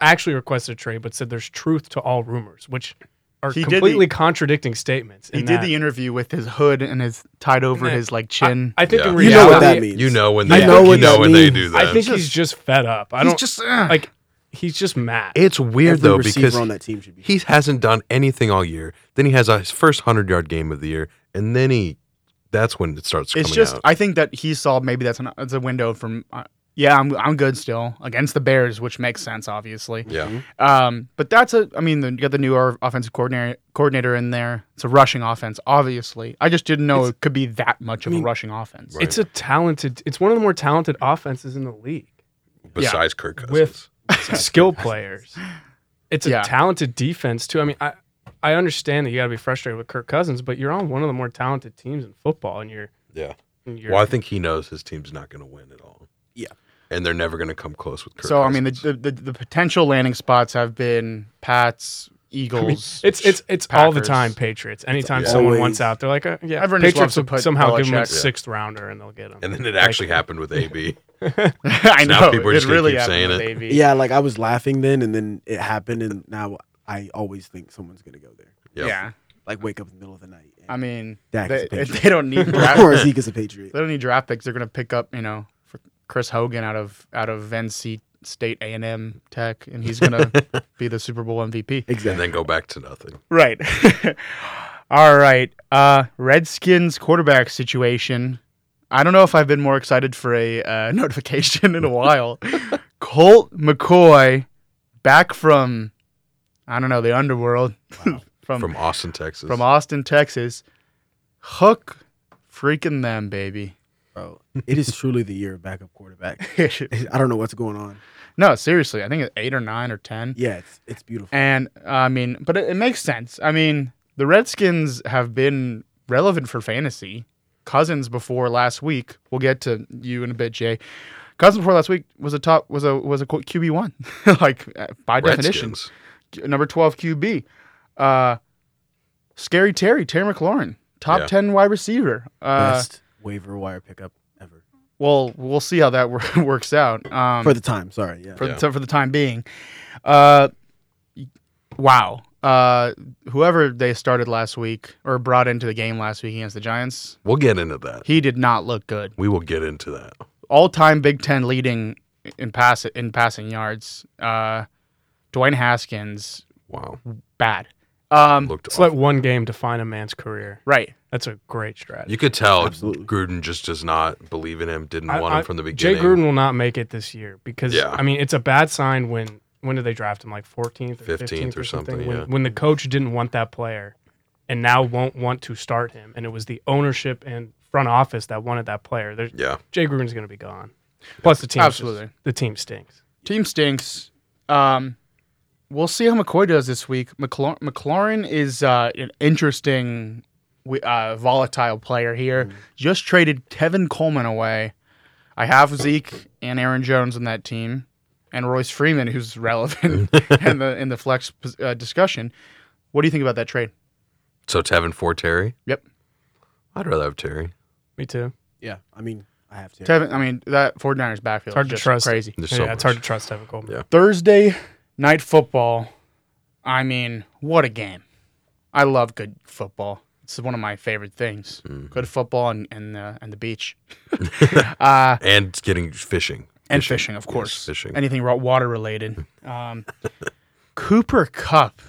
D: actually requested a trade, but said there's truth to all rumors, which are
B: He did the-
D: completely contradicting statements.
B: he
D: in
B: did
D: that-
B: the interview with his hood and his tied over
D: that-
B: his like chin.
D: I think in
C: Yeah.
E: you
D: reality,
E: know what that means.
C: you know when
E: I
C: they
E: know
C: you
E: what
C: know
E: that
C: when they
E: means.
C: do that.
D: I think he's just fed up. I don't
B: he's just like
D: like. He's just mad.
C: it's weird
E: every
C: though
E: receiver
C: because
E: on that team should be.
C: he hasn't done anything all year. Then he has uh, his first hundred yard game of the year, and then he that's when it starts
B: it's
C: coming
B: just.
C: out.
B: I think that he saw maybe that's an that's a window from. Uh, yeah, I'm I'm good still against the Bears, which makes sense, obviously.
C: yeah,
E: Mm-hmm.
B: Um, but that's a, I mean, the, you got the new or- offensive coordinator coordinator in there. It's a rushing offense, obviously. I just didn't know it could be that much of a rushing offense.
C: Right.
D: It's a talented. It's one of the more talented offenses in the league.
C: besides Kirk Cousins.
D: With- skill players. It's a
B: Yeah.
D: talented defense too. I mean, I I understand that you got to be frustrated with Kirk Cousins, but you're on one of the more talented teams in football, and you're
C: yeah,
D: and you're
C: well, I think he knows his team's not going to win at all.
E: Yeah.
C: and they're never going to come close with Kirk.
B: so I mean, the,
C: Cousins.
B: the, the the potential landing spots have been Pats,
D: I
B: Eagles.
D: mean, it's it's it's all the
B: Packers.
D: time Patriots. Anytime
C: Yeah.
D: someone
E: Always.
D: wants out, they're like, uh, yeah,
B: Everyone just loves
D: Patriots
B: to
D: will
B: put
D: somehow give them a
B: Belichick.
D: sixth rounder, and they'll get him.
C: and then it
D: Like,
C: actually happened with
B: [LAUGHS]
C: AB.
B: [LAUGHS] I know
C: now people are
B: it
C: just gonna
B: really
C: keep
B: happened
C: saying
B: with
C: it.
B: AV.
E: Yeah, like I was laughing then, and then it happened, and now I always think someone's gonna go there.
C: Yep.
B: yeah.
E: Like wake up in the middle of the night.
B: I mean,
E: Dak is
B: they,
E: a Patriot.
B: they don't need
E: and,
B: draft.
E: or [LAUGHS] Zeke is a patriot.
B: they don't need draft picks. They're going to pick up, you know, for Chris Hogan out of out of NC State A and M Tech, and he's going
C: [LAUGHS]
B: to be the Super Bowl MVP.
C: and
E: Exactly.
C: then go back to nothing.
B: Right. [LAUGHS] All right. Uh, Redskins quarterback situation. I don't know if I've been more excited for a uh, [LAUGHS] notification in a while. Colt McCoy back from, I don't know, the underworld [LAUGHS] from
C: From
B: from,
C: Austin, Texas.
B: Austin, Texas. Hook freaking them, baby. [LAUGHS]
E: Bro, it is truly the year of backup quarterback. [LAUGHS] I don't know what's going on.
B: no, seriously. I think it's eight or nine or 10.
E: Yeah, it's it's beautiful.
B: And I mean, but it, it makes sense. I mean, the Redskins have been relevant for fantasy. Cousins before last week. We'll get to you in a bit, Jay. Cousins before last week was a top was a was a QB one, [LAUGHS] like uh, by definition,
C: Redskins.
B: Q- number twelve QB. Uh, scary Terry Terry McLaurin, top
C: Yeah.
B: ten wide receiver. Uh,
E: Best waiver wire pickup ever
B: Well, we'll see how that [LAUGHS] wor- works out. Um,
E: for the time. Sorry, yeah.
B: for
C: Yeah.
B: the t- for the time being. Uh, wow. Uh, whoever they started last week or brought into the game last week against the Giants,
C: We'll get into that.
B: he did not look good.
C: We will get into that.
B: All time Big Ten leading in pass in passing yards. Uh, Dwayne Haskins,
C: Wow.
B: bad. Um,
C: Looked
D: It's
C: awful.
D: like one game define a man's career.
B: right.
D: That's a great strategy.
C: You could tell
E: Absolutely.
C: Gruden just does not believe in him, didn't
D: I-
C: want him
D: I-
C: from the
D: Jay
C: beginning.
D: Gruden will not make it this year because
C: Yeah.
D: I mean it's a bad sign when when did they draft him like 14th or 15th,
C: 15th
D: or,
C: or
D: something,
C: something,
D: when,
C: yeah.
D: when the coach didn't want that player and now won't want to start him and it was the ownership and front office that wanted that player. There's,
C: Yeah.
D: Jay Gruden's going to be gone. Plus the team
B: Absolutely.
D: the team stinks.
B: Team stinks. Um, we'll see how McCoy does this week. McLaurin, McLaurin is uh, an interesting, wi- uh, volatile player here.
D: Mm-hmm.
B: Just traded Kevin Coleman away. I have Zeke and Aaron Jones in that team, and Royce Freeman, who's relevant
D: [LAUGHS]
B: in the in the flex pos- uh, discussion. What do you think about that trade?
C: So Tevin for Terry?
B: Yep.
C: I'd rather have Terry.
D: Me too.
E: Yeah, I mean, I have to.
B: Tevin, I mean that 49ers backfield.
D: It's hard
B: is
D: to
B: just
D: trust.
B: Crazy.
C: There's
D: yeah,
C: so
D: it's
C: much.
D: hard to trust Evan Coleman.
C: Yeah.
B: Thursday night football. I mean, what a game. I love good football. It's one of my favorite things.
C: Mm-hmm.
B: Good football and and, uh, and the beach. uh,
C: And getting fishing.
B: and fishing, of
C: Yes,
B: course.
C: fishing.
B: Anything ro- water
C: [LAUGHS]
B: related. Um, Cooper Cup.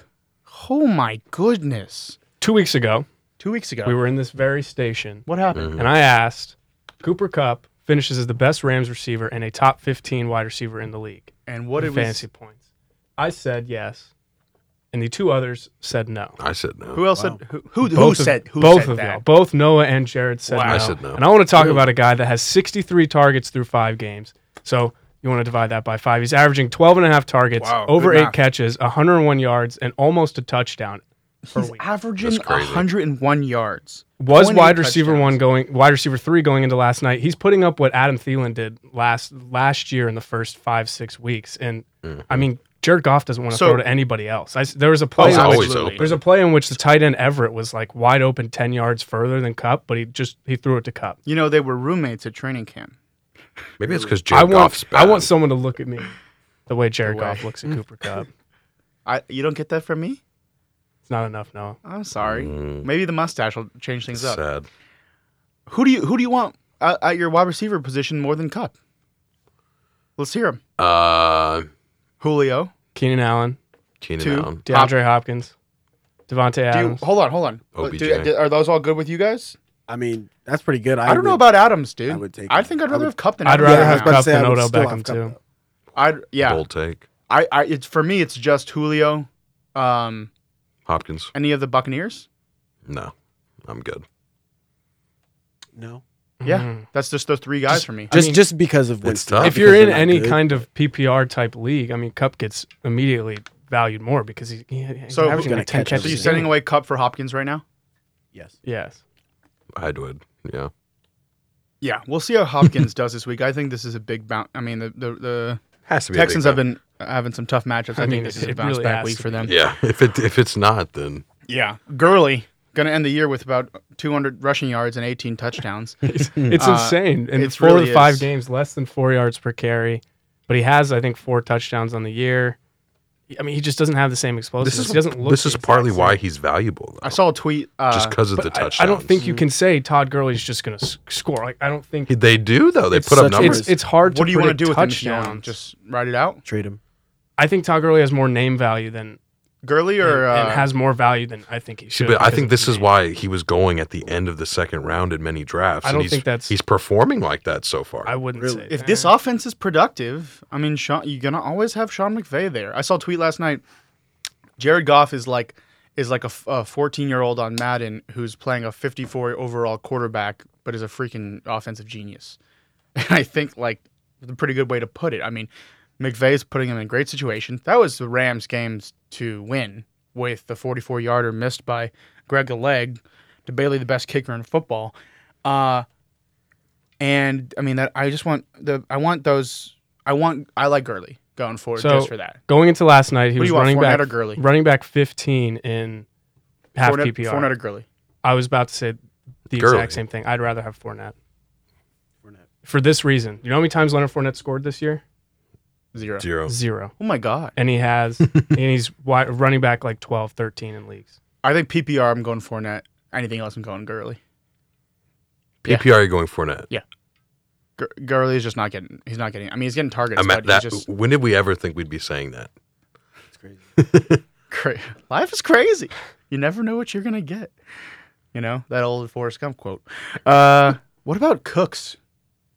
B: Oh my goodness.
D: 2 weeks ago,
B: Two weeks ago.
D: we were in this very station
B: what
C: Mm. Mm-hmm.
B: happened?
D: and I asked, Cooper Cup finishes as the best Rams receiver and a top 15 wide receiver in the league.
B: And what did we?
D: fantasy points? I said yes, and the two others said no.
C: I said no.
B: Who else said? Who, who, who
D: Both of-
B: said? Who
D: both
B: said
D: of
B: that?
D: y'all, both Noah and Jared said
B: Wow.
D: no.
C: I said no.
D: And I want to talk about a guy that has 63 targets through five games. So you want to divide that by five. He's averaging 12 and a half targets,
B: Wow,
D: over
B: good
D: eight
B: math.
D: catches, 101 yards, and almost a touchdown.
B: [LAUGHS]
D: per
B: He's
D: week.
B: averaging
C: That's crazy.
B: 101 yards.
D: was
B: 28
D: wide receiver
B: touchdowns.
D: one going wide receiver three going into last night. He's putting up what Adam Thielen did last last year in the first five six weeks, and I mean Jared Goff doesn't want to
B: Mm-hmm. So- Oh,
D: throw to anybody else. I s there was a
C: I
D: play.
C: was
D: in which-
C: always
B: Absolutely.
C: open.
D: there's a play in which the tight end Everett was like wide open ten yards further than Cup, but he just he threw it to Cup.
B: You know, they were roommates at training camp.
C: Maybe it's because
D: I
C: Jared
D: want
C: Goff's bad.
D: I want someone to look at me the way Jared
B: way.
D: Goff
B: [LAUGHS]
D: looks at Cooper Cup.
B: I, you don't get that from me?
D: It's not enough, no.
B: I'm sorry.
C: Mm.
B: Maybe the mustache will change things up.
C: Sad.
B: Who do you who do you want at, at your wide receiver position more than Cup? Let's hear him.
C: Uh,
B: Julio.
D: Keenan Allen,
C: Keenan
B: Two.
C: Allen.
D: DeAndre Hopkins, Devontae
B: Do you,
D: Adams.
B: hold on, hold on.
C: OBJ.
B: Do- do- are those all good with you guys?
E: I mean, that's pretty good.
B: I, don't know
E: would-
B: about Adams, dude. I,
E: I would take him.
B: think I'd
E: I
B: rather
E: would-
B: have Cup than
D: I'd
B: Adams
D: rather
B: right
E: I
D: have
E: was
B: now.
E: about to
D: Cup
E: say,
D: than
E: I would
D: Odell
E: still have
D: Beckham,
E: Cup,
D: too.
E: though.
B: I'd yeah.
C: Bold take.
B: I, I it's for me it's just Julio. Um
C: Hopkins.
B: any of the Buccaneers?
C: No. I'm good.
E: No,
D: Mm-hmm.
B: Yeah. That's just the three guys for me.
E: just
D: mean-
E: just because of Winston.
C: tough.
E: not
C: Uh,
D: if you're
E: because
D: in
E: they're not
D: any
E: good.
D: kind of PPR type league, I mean, Cup gets immediately valued more because he's, he, he's
B: So who's
D: averaging
E: gonna
D: like 10
E: catch
B: So
D: catches.
E: him?
B: you're
D: a
B: sending
D: game.
B: away Cup for Hopkins right now?
E: yes,
D: Yes.
C: I would. Yeah.
B: Yeah, we'll see how Hopkins [LAUGHS] does this week. I think this is a big bounce. I mean, the the, the
C: Has to be. a big
B: Texans have
C: man.
B: been uh, having some tough matchups. I,
D: I
B: think
D: mean,
B: this
D: it-
B: is a
D: it
B: bounce
D: really
B: back
D: has
B: week
D: to
B: for
D: be.
B: them.
C: Yeah. If it if it's not, then
B: Yeah, Gurley gonna end the year with about 200 rushing yards and 18
D: [LAUGHS]
B: touchdowns.
C: Hmm.
D: It's
B: Uh,
D: insane. In
B: it's
D: four
B: really
D: or five
B: is.
D: games, less than four yards per carry. But he has, I think, four touchdowns on the year. I mean, he just doesn't have the same explosiveness.
C: this is
D: he doesn't look.
C: this
D: the
C: is
D: exact
C: partly
D: same.
C: why he's valuable. Though,
B: I saw a tweet. Uh,
C: just because of the
D: But I-
C: touchdowns.
D: I, don't think you can say Todd Gurley's just going to score. Like, I don't think
C: they do though. They
E: It's
C: put up
E: such-
C: numbers.
D: it's it's hard
B: what
D: to
B: do you want
D: predict
B: to do with him, Sean?
D: touchdowns.
B: Just write it out.
E: trade him.
D: I think Todd Gurley has more name value than
B: Gurley or
D: and,
B: uh,
D: and has more value than I think he should.
C: but I
D: because
C: think
D: of
C: this
D: his
C: is
D: name.
C: why he was going at the end of the second round in many drafts.
D: I
C: and
D: don't
C: he's,
D: think that's-
C: he's performing like that so far.
D: I wouldn't
E: Really.
D: say.
B: if this
D: Eh.
B: offense is productive, I mean, Sean, you're gonna always have Sean McVay there. I saw a tweet last night. Jared Goff is like is like a f- a 14 year old on Madden who's playing a 54 overall quarterback, but is a freaking offensive genius. [LAUGHS] And I think like a pretty good way to put it. I mean, McVay's putting him in a great situation. That was the Rams games to win with the 44 yarder missed by Greg Gilleg, debatably the best kicker in football. Uh, And I mean that I just want the I want those I want I like Gurley going forward
D: So,
B: just for that.
D: Going into last night,
B: What
D: he
B: do
D: was
B: you want,
D: running
B: Fournette
D: back
B: or Gurley?
D: running back 15 in half
B: Fournette,
D: PPR.
B: Fournette or Gurley.
D: I was about to say the
C: Gurley.
D: exact same thing. I'd rather have Fournette.
E: Fournette.
D: For this reason, you know how many times Leonard Fournette scored this year?
B: Zero.
C: Zero.
D: Zero.
B: Oh my god.
D: And he has, [LAUGHS] and he's wi- running back like 12, 13 in leagues.
B: I think PPR I'm going Fournette. Anything else I'm going Gurley. Yeah.
C: PPR, you're going Fournette.
B: Gur- Gurley is just not getting he's not getting I mean he's getting targets
C: I'm at
B: but
C: that.
B: he's just
C: When did we ever think we'd be saying that?
E: It's [LAUGHS] crazy.
B: cra- life is crazy. You never know what you're gonna get. You know that old Forrest Gump quote. Uh, what about Cooks?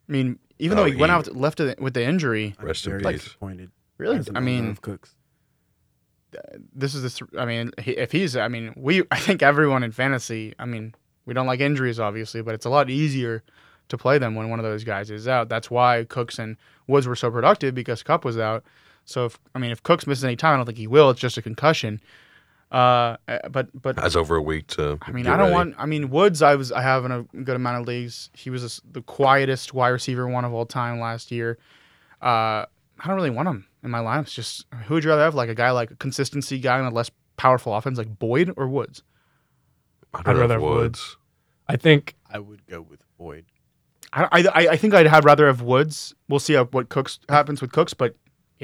B: I mean, even though
C: Oh,
B: he, went
C: he-
B: out left with- with the injury,
E: I'm
C: Rest in
E: very
C: peace.
E: Disappointed.
B: really,
E: As an
B: I
E: owner
B: mean,
E: of Cooks.
B: this is this. I mean, he, if he's, I mean, we, I think everyone in fantasy, I mean, we don't like injuries obviously, but it's a lot easier to play them when one of those guys is out. That's why Cooks and Woods were so productive because Cup was out. So if I mean, if Cooks misses any time, I don't think he will. It's just a concussion. Uh, uh, but but
C: As over a week to.
B: I mean,
C: get
B: I don't
C: ready.
B: want. I mean, Woods. I was. I have in a good amount of leagues. He was this- the quietest wide receiver one of all time last year. Uh, I don't really want him in my lineups. Just who would you rather have? Like a guy like a consistency guy in a less powerful offense, like Boyd or Woods.
C: I'd
D: I'd
C: rather
D: rather
C: have
D: have
C: Woods.
D: I think
E: I would go with Boyd.
B: I I, I think I'd have rather have Woods. We'll see how, what Cooks happens with Cooks, but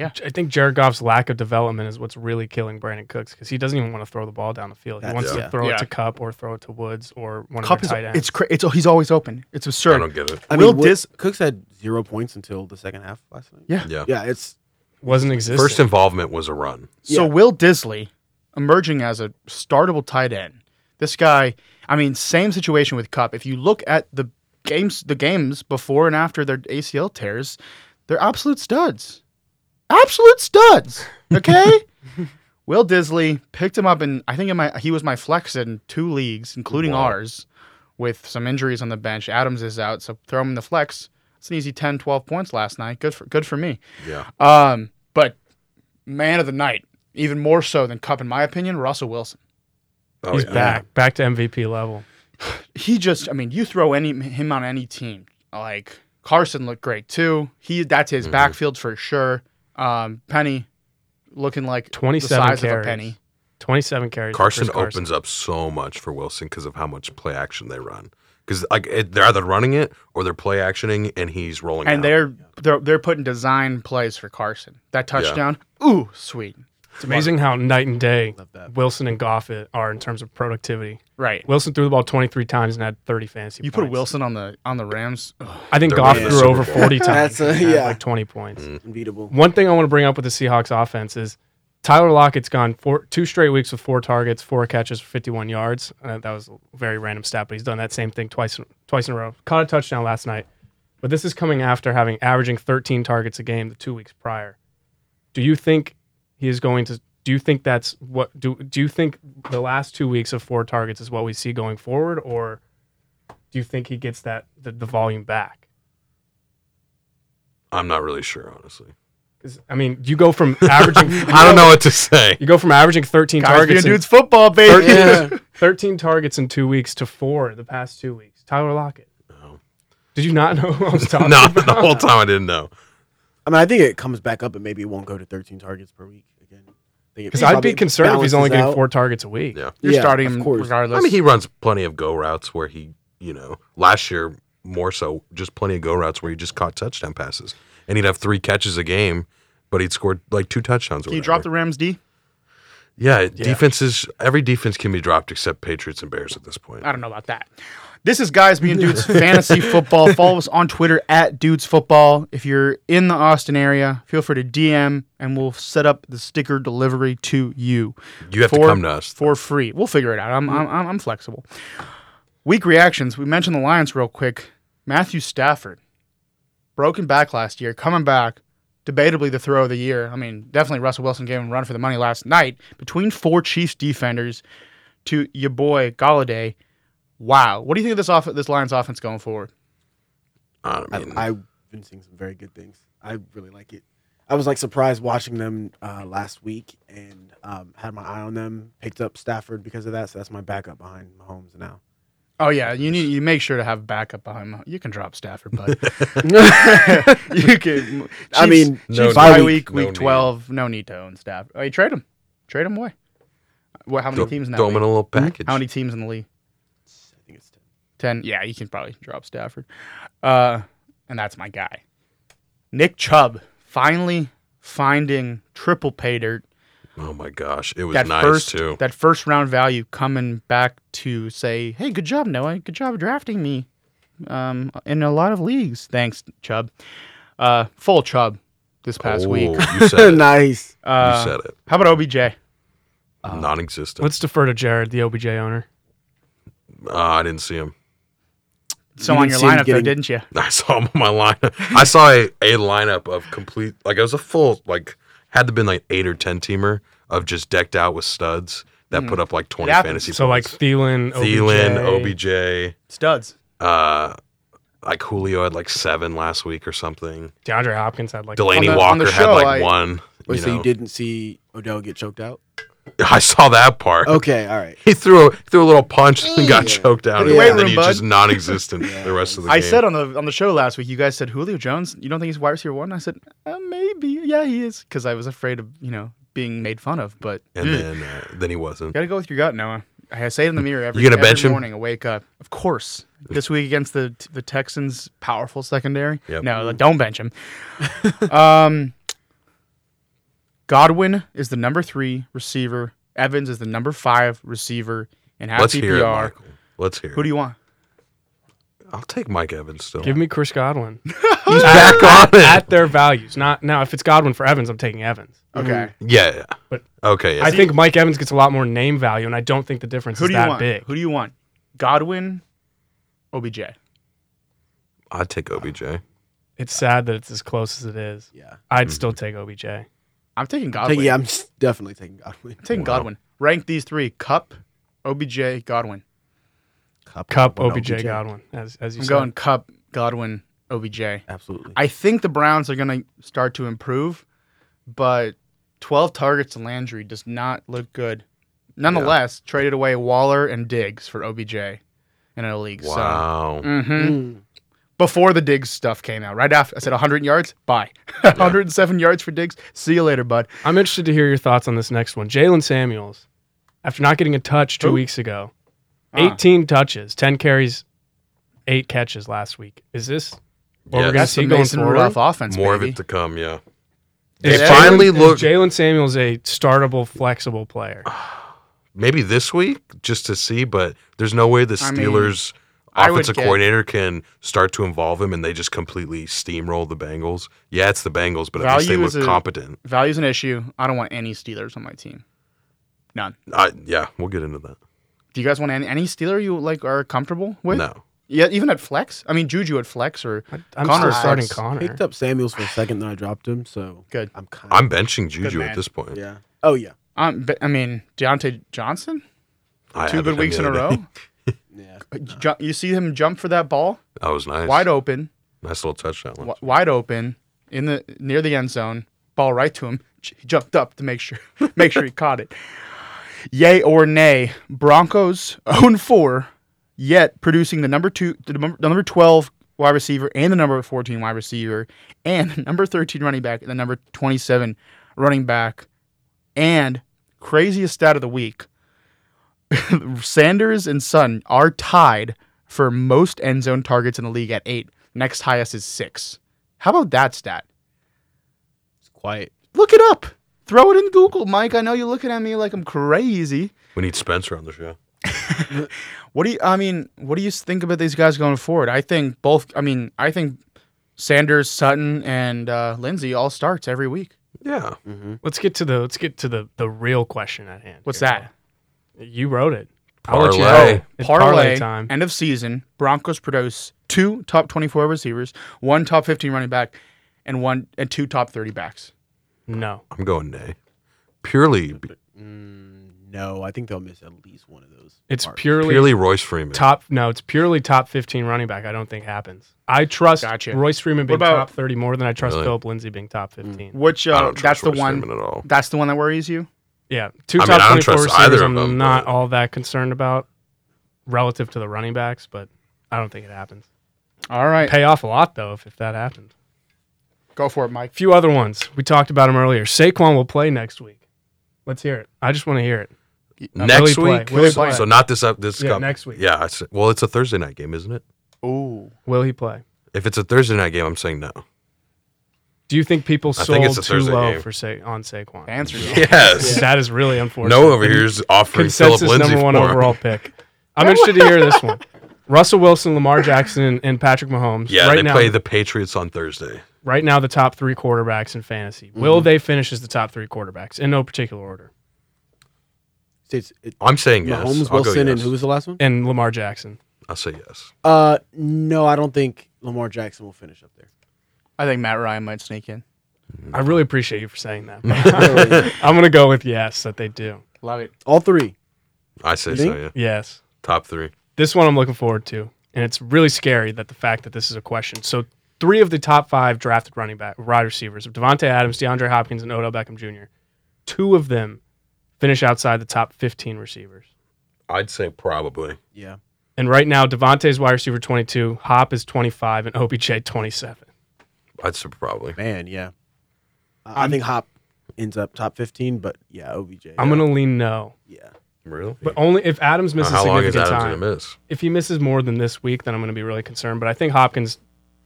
D: I think Jared Goff's lack of development is what's really killing Brandon Cooks because he doesn't even want to throw the ball down the field.
E: That's-
D: he wants
E: yeah.
D: to throw
B: Yeah.
D: it to Cup or throw it to Woods or one
B: Cup
D: of the
B: is
D: tight ends.
B: it's cra- it's he's always open. It's
C: I
B: absurd.
C: don't get it.
E: I
B: Will
E: mean, Wood-
B: Dis-
E: Cooks had zero points until the second half last night.
B: Yeah.
C: Yeah.
E: Yeah, it's
D: Wasn't existing.
C: First involvement was a run.
B: So
E: Yeah.
B: Will Disley emerging as a startable tight end. This guy, I mean, same situation with Cup. If you look at the games, the games before and after their ACL tears, they're absolute studs, absolute studs. Okay. Will Disley picked him up, and I think in my, he was my flex in two leagues, including ours, with some injuries on the bench. Adams is out, so throw him in the flex. It's an easy 10, 12 points last night. Good for good for me.
C: Yeah.
B: Um, but man of the night, even more so than Cup, in my opinion, Russell Wilson.
C: Oh,
D: He's
C: yeah.
D: back, back to MVP level.
B: He just, I mean, you throw any him on any team, like Carson looked great too. He that's his backfield for sure. Um, Penny looking like the
D: 27
B: size
D: carries.
B: of a penny.
D: 27 carries. for
C: Carson,
D: Chris Carson
C: opens up so much for Wilson because of how much play action they run. Because like it, they're either running it or they're play actioning, and he's rolling.
B: And
C: out.
B: they're they're they're putting design plays for Carson. That touchdown, ooh, sweet.
D: It's amazing how night and day
E: Love that.
D: Wilson and Goff i- are in terms of productivity.
B: Right.
D: Wilson threw the ball 23 times and had 30 fantasy
B: You
D: points.
B: put Wilson on the on the Rams. Ugh.
D: I think
C: They're
D: Goff
C: winning the
D: threw
C: Super
D: over
C: Bowl.
E: [LAUGHS]
D: 40 times.
E: That's a-
D: and had
E: yeah.
D: Like 20 points.
E: unbeatable.
D: One thing I want to bring up with the Seahawks offense is Tyler Lockett's gone four, two straight weeks with four targets, four catches for 51 yards. Uh, that was a very random stat, but he's done that same thing twice in- twice in a row. Caught a touchdown last night, but this is coming after having averaging 13 targets a game the two weeks prior. Do you think he is going to? Do you think that's what? Do Do you think the last two weeks of four targets is what we see going forward, or do you think he gets that the, the volume back?
C: I'm not really sure, honestly.
D: 'Cause, I mean, you
C: [LAUGHS]
D: go from averaging.
C: I don't know what to
D: [LAUGHS]
C: say. [LAUGHS]
D: You go from averaging 13
B: Guys being
D: targets, in,
B: dudes football, baby.
D: 13 13 targets in two weeks to four the past two weeks. Tyler Lockett. Did you not [LAUGHS] know
C: [LAUGHS]
D: who I was
C: Oh. no,
D: talking about?
C: the whole time I didn't know.
E: I mean, I think it comes back up, and maybe it won't go to 13 targets per week again.
D: Because I'd be concerned if he's only getting four targets a week.
C: Yeah.
B: You're
E: Yeah,
B: starting
E: of
B: him
E: course.
B: regardless.
C: I mean, he runs plenty of go routes where he, you know, last year more so, just plenty of go routes where he just caught touchdown passes, and he'd have three catches a game, but he'd scored like two touchdowns. Or
B: Can you
C: whatever.
B: drop the Rams D?
C: Yeah, defenses. Every defense can be dropped except Patriots and Bears at this point.
B: I don't know about that. This is guys being dudes fantasy football. Follow us on Twitter at dudes football. If you're in the Austin area, feel free to DM and we'll set up the sticker delivery to you
C: You have to
B: for-
C: come to us.
B: for free. We'll figure it out. I'm I'm, I'm I'm flexible. Weak reactions. We mentioned the Lions real quick. Matthew Stafford, broken back last year, coming back, debatably the throw of the year. I mean, definitely Russell Wilson gave him a run for the money last night between four Chiefs defenders to your boy Galladay. Wow, what do you think of this off this Lions offense going forward?
C: I
E: I,
C: mean,
E: I've been seeing some very good things. I really like it. I was like surprised watching them uh, last week and um, had my eye on them. Picked up Stafford because of that, so that's my backup behind Mahomes now. [LAUGHS]
B: Oh yeah, you need you make sure to have backup behind. Mah- You can drop Stafford, but [LAUGHS] you can.
E: I
B: Chiefs-
E: mean,
B: Chiefs
C: No need.
B: bye week,
C: No
B: week
C: need.
B: twelve, no need to own Stafford. Oh, you trade him, trade him away. What? How many
C: Throw
B: teams in that
C: throw 'em
B: league?
C: in
B: Hmm?
C: a little package.
B: How many teams in the league?
E: I think it's 10.
B: Ten. Yeah, you can probably drop Stafford. Uh, and that's my guy, Nick Chubb. Finally finding triple pay dirt.
C: Oh my gosh, it was
B: That
C: nice
B: first
C: too.
B: that first round value coming back to say, hey, good job, Noah. Good job drafting me. Um, in a lot of leagues. Thanks, Chubb. Uh, full Chubb this past
C: oh,
B: week. [LAUGHS]
C: you said it.
E: nice.
B: Uh,
C: you said it.
B: How about OBJ?
C: Non-existent.
D: Let's defer to Jared, the OBJ owner.
C: Uh, I didn't see him.
B: So
E: You
B: on
E: didn't
B: your
E: see him
B: lineup, though,
E: getting-
B: didn't you?
C: [LAUGHS] I saw him on my line. I saw a, a lineup of complete, like it was a full, like had to been like eight or ten teamer of just decked out with studs that put up like
B: Hmm.
C: twenty
B: It happens.
C: fantasy
D: So like
C: points.
D: Thielen, OBJ.
C: Thielen, OBJ,
B: Studs.
C: uh, like Julio had like seven last week or something.
D: DeAndre Hopkins had like
B: On
C: Delaney
B: the- on
C: Walker
B: the
C: had
B: show,
C: like
B: I-
C: one.
E: Wait,
C: you
E: so
C: know.
E: you didn't see Odell get choked out?
C: [LAUGHS] I saw that part.
E: Okay, all right.
C: He threw a, threw a little punch and got choked out, and
E: Yeah.
C: then
B: Weight
C: he's
B: room,
C: just
B: bud.
C: non-existent the rest of the
B: I
C: game.
B: said on the on the show last week, you guys said Julio Jones. You don't think he's wide receiver one? I said uh, maybe. Yeah, he is. Because I was afraid of you know being made fun of. But
C: and
B: Mm.
C: then uh, then he wasn't.
B: Gotta go with your gut, Noah. I say it in the mirror every,
C: You gonna
B: every
C: bench him?
B: morning. I wake up. Of course. This week against the the Texans, powerful secondary.
C: Yep.
B: No, don't bench him. [LAUGHS] um, Godwin is the number three receiver. Evans is the number five receiver in half
C: Let's
B: PPR.
C: hear it, Michael. Let's hear.
B: Who
C: it.
B: do you want?
C: I'll take Mike Evans still.
D: Give me Chris Godwin.
C: [LAUGHS] He's back on it.
D: at their values. Not now. If it's Godwin for Evans, I'm taking Evans.
B: Okay.
C: yeah, yeah.
D: But-
C: okay. Yeah.
D: I think Mike Evans gets a lot more name value, and I don't think the difference
B: Who
D: is
B: do you
D: that
B: want?
D: big.
B: Who do you want? Godwin, OBJ.
C: I'd take OBJ.
D: It's sad that it's as close as it is.
E: Yeah.
D: I'd
C: Mm-hmm.
D: still take OBJ.
B: I'm taking
E: Take-
B: Godwin.
E: yeah, I'm s- definitely taking Godwin.
B: I'm taking Godwin. Rank these three: Cup, OBJ, Godwin.
D: Cup,
E: Godwin,
D: OBJ, Godwin, as as you
B: I'm
D: said.
B: going Cup, Godwin, OBJ.
E: Absolutely.
B: I think the Browns are going to start to improve, but 12 targets to Landry does not look good. Nonetheless, traded away Waller and Diggs for OBJ in a league. So,
C: Wow.
B: Mhm.
E: Mm.
B: Before the Diggs stuff came out, right after I said 100 yards, bye. [LAUGHS] 107 yards for Diggs. See you later, bud.
D: I'm interested to hear your thoughts on this next one. Jalen Samuels, after not getting a touch two
B: Who?
D: weeks ago,
B: Ah.
D: 18 touches, 10 carries, eight catches last week. Is this
C: Yes.
D: what we're going to
B: That's
D: see
B: the
D: going
B: Mason
D: forward?
B: Rudolph offense,
C: More of
B: baby.
C: it to come. Yeah.
D: Is
C: They
D: Jalen-
C: finally
D: is
C: looked-
D: Jalen Samuels a startable, flexible player.
B: Ah,
C: Maybe this week just to see, but there's no way the
B: I mean,
C: Steelers.
B: I would
C: Offensive
B: get-
C: coordinator can start to involve him, and they just completely steamroll the Bengals. Yeah, it's the Bengals, but at least they
B: Value is
C: look
B: a-
C: competent.
B: Value's an issue. I don't want any Steelers on my team. None.
C: I, yeah, we'll get into that.
B: Do you guys want any, any Steeler you like are comfortable with?
C: No,
B: Yeah, even at flex. I mean, Juju at flex or
D: I'm
B: Connor
D: still starting
B: sucks.
D: Connor.
E: Picked up Samuels for a second, then I dropped him. So
B: Good.
E: I'm kind
C: I'm benching Juju
B: man.
C: at this point.
E: Yeah. Oh yeah.
B: Um, but, I mean, Deontay Johnson,
C: I
B: two
C: had
B: good
C: him
B: weeks
C: the
B: in a
C: other
B: row.
C: day.
E: Yeah.
B: [LAUGHS] Ju- You see him jump for that ball,
C: [LAUGHS] That was nice.
B: wide open,
C: Nice little touch that one.
B: w- wide open in the near the end zone, ball right to him. J- He jumped up to make sure [LAUGHS] make sure he caught it. Yay or nay, Broncos own four, yet producing the number two, the number, the number twelve wide receiver and the number fourteen wide receiver and the number thirteen running back and the number twenty seven running back, and craziest stat of the week. Sanders and Son are tied for most end zone targets in the league at eight. Next highest is six. How about that stat?
E: It's quiet.
B: Look it up. Throw it in Google, Mike. I know you're looking at me like I'm crazy.
C: We need Spencer on the show.
B: What do you? I mean, what do you think about these guys going forward? I think both. I mean, I think Sanders, Sutton, and uh, Lindsey all starts every week.
C: Yeah.
D: Let's get to the let's get to the the real question at hand.
B: What's
D: here,
B: that?
D: Noah. You wrote it.
C: Parlay.
D: have it. It's
B: parlay,
D: time.
B: End of season. Broncos produce two top 24 receivers, one top 15 running back, and one and two top 30 backs.
D: No.
C: I'm going nay. Purely,
E: Mm, No, I think they'll miss at least one of those.
D: It's
E: marks.
D: purely,
C: purely Royce Freeman.
D: top no, it's purely top 15 running back I don't think happens. I trust
B: Gotcha.
D: Royce Freeman being
B: about-
D: top 30 more than I trust
C: Really?
D: Philip Lindsay being top 15.
B: Which
C: I
B: uh,
C: don't
B: that's
C: trust
B: the
C: Royce
B: one.
C: Freeman at all.
B: That's the one that worries you.
D: Yeah, two
C: I mean,
D: top
C: I don't
D: 24
C: trust either
D: receivers
C: of
D: I'm
C: them,
D: not
C: but-
D: all that concerned about. relative to the running backs, but I don't think it happens.
B: All right,
D: Pay off a lot though if, if that happened.
B: go for it, Mike.
D: A few other ones we talked about them earlier. Saquon will play next week. Let's hear it. I just want to hear it.
C: Next
D: Willie
C: week,
D: play. Willie
C: so,
D: play.
C: so not this up this
D: Yeah,
C: cup-
D: next week.
C: Yeah, I s- well, it's a Thursday night game, isn't it?
B: Ooh,
D: Will he play?
C: If it's a Thursday night game, I'm saying no.
D: Do you think people
C: I think
D: sold
C: it's a
D: too
C: Thursday
D: low
C: game.
D: for Sa- on Saquon?
B: answer.
C: Yes.
D: That is really unfortunate.
C: [LAUGHS] No over here is offering
D: consensus
C: Philip Lindsay
D: number one
C: for him.
D: overall pick. I'm interested to hear this one. Russell Wilson, Lamar Jackson, and, and Patrick
C: [LAUGHS]
D: Mahomes.
C: Yeah,
D: right
C: they
D: now,
C: play the Patriots on Thursday.
D: right now the top three quarterbacks in fantasy.
C: Mm-hmm.
D: Will they finish as the top three quarterbacks in no particular order?
E: It's, it,
C: I'm saying yes.
E: Mahomes,
C: I'll go
E: Wilson, and
C: yes.
E: who was the last one?
D: And Lamar Jackson.
C: I'll say yes.
E: Uh, no, I don't think Lamar Jackson will finish up there.
B: I think Matt Ryan might sneak in.
D: I really appreciate you for
C: [LAUGHS]
D: saying that. [LAUGHS] I'm gonna go with yes that they do.
B: Love it.
E: All three.
C: I say
E: You
C: so.
E: think?
C: Yeah,
D: Yes,
C: top three.
D: this one I'm looking forward to, and it's really scary that the fact that this is a question. So three of the top five drafted running back wide receivers of Devonte Adams, DeAndre Hopkins, and Odell Beckham Jr. Two of them finish outside the top 15 receivers.
C: I'd say probably.
E: Yeah.
D: And right now, Devontae's wide receiver 22, Hop is 25, and OBJ 27.
C: I'd say probably.
E: Man, yeah. I, I think Hop ends up top 15, but yeah, OBJ.
D: I'm going to lean no.
E: Yeah.
C: Really?
D: But only if Adams misses
C: how long is
D: significant
C: Adams
D: time.
C: gonna miss?
D: If he misses more than this week, then I'm going to be really concerned. But I think Hopkins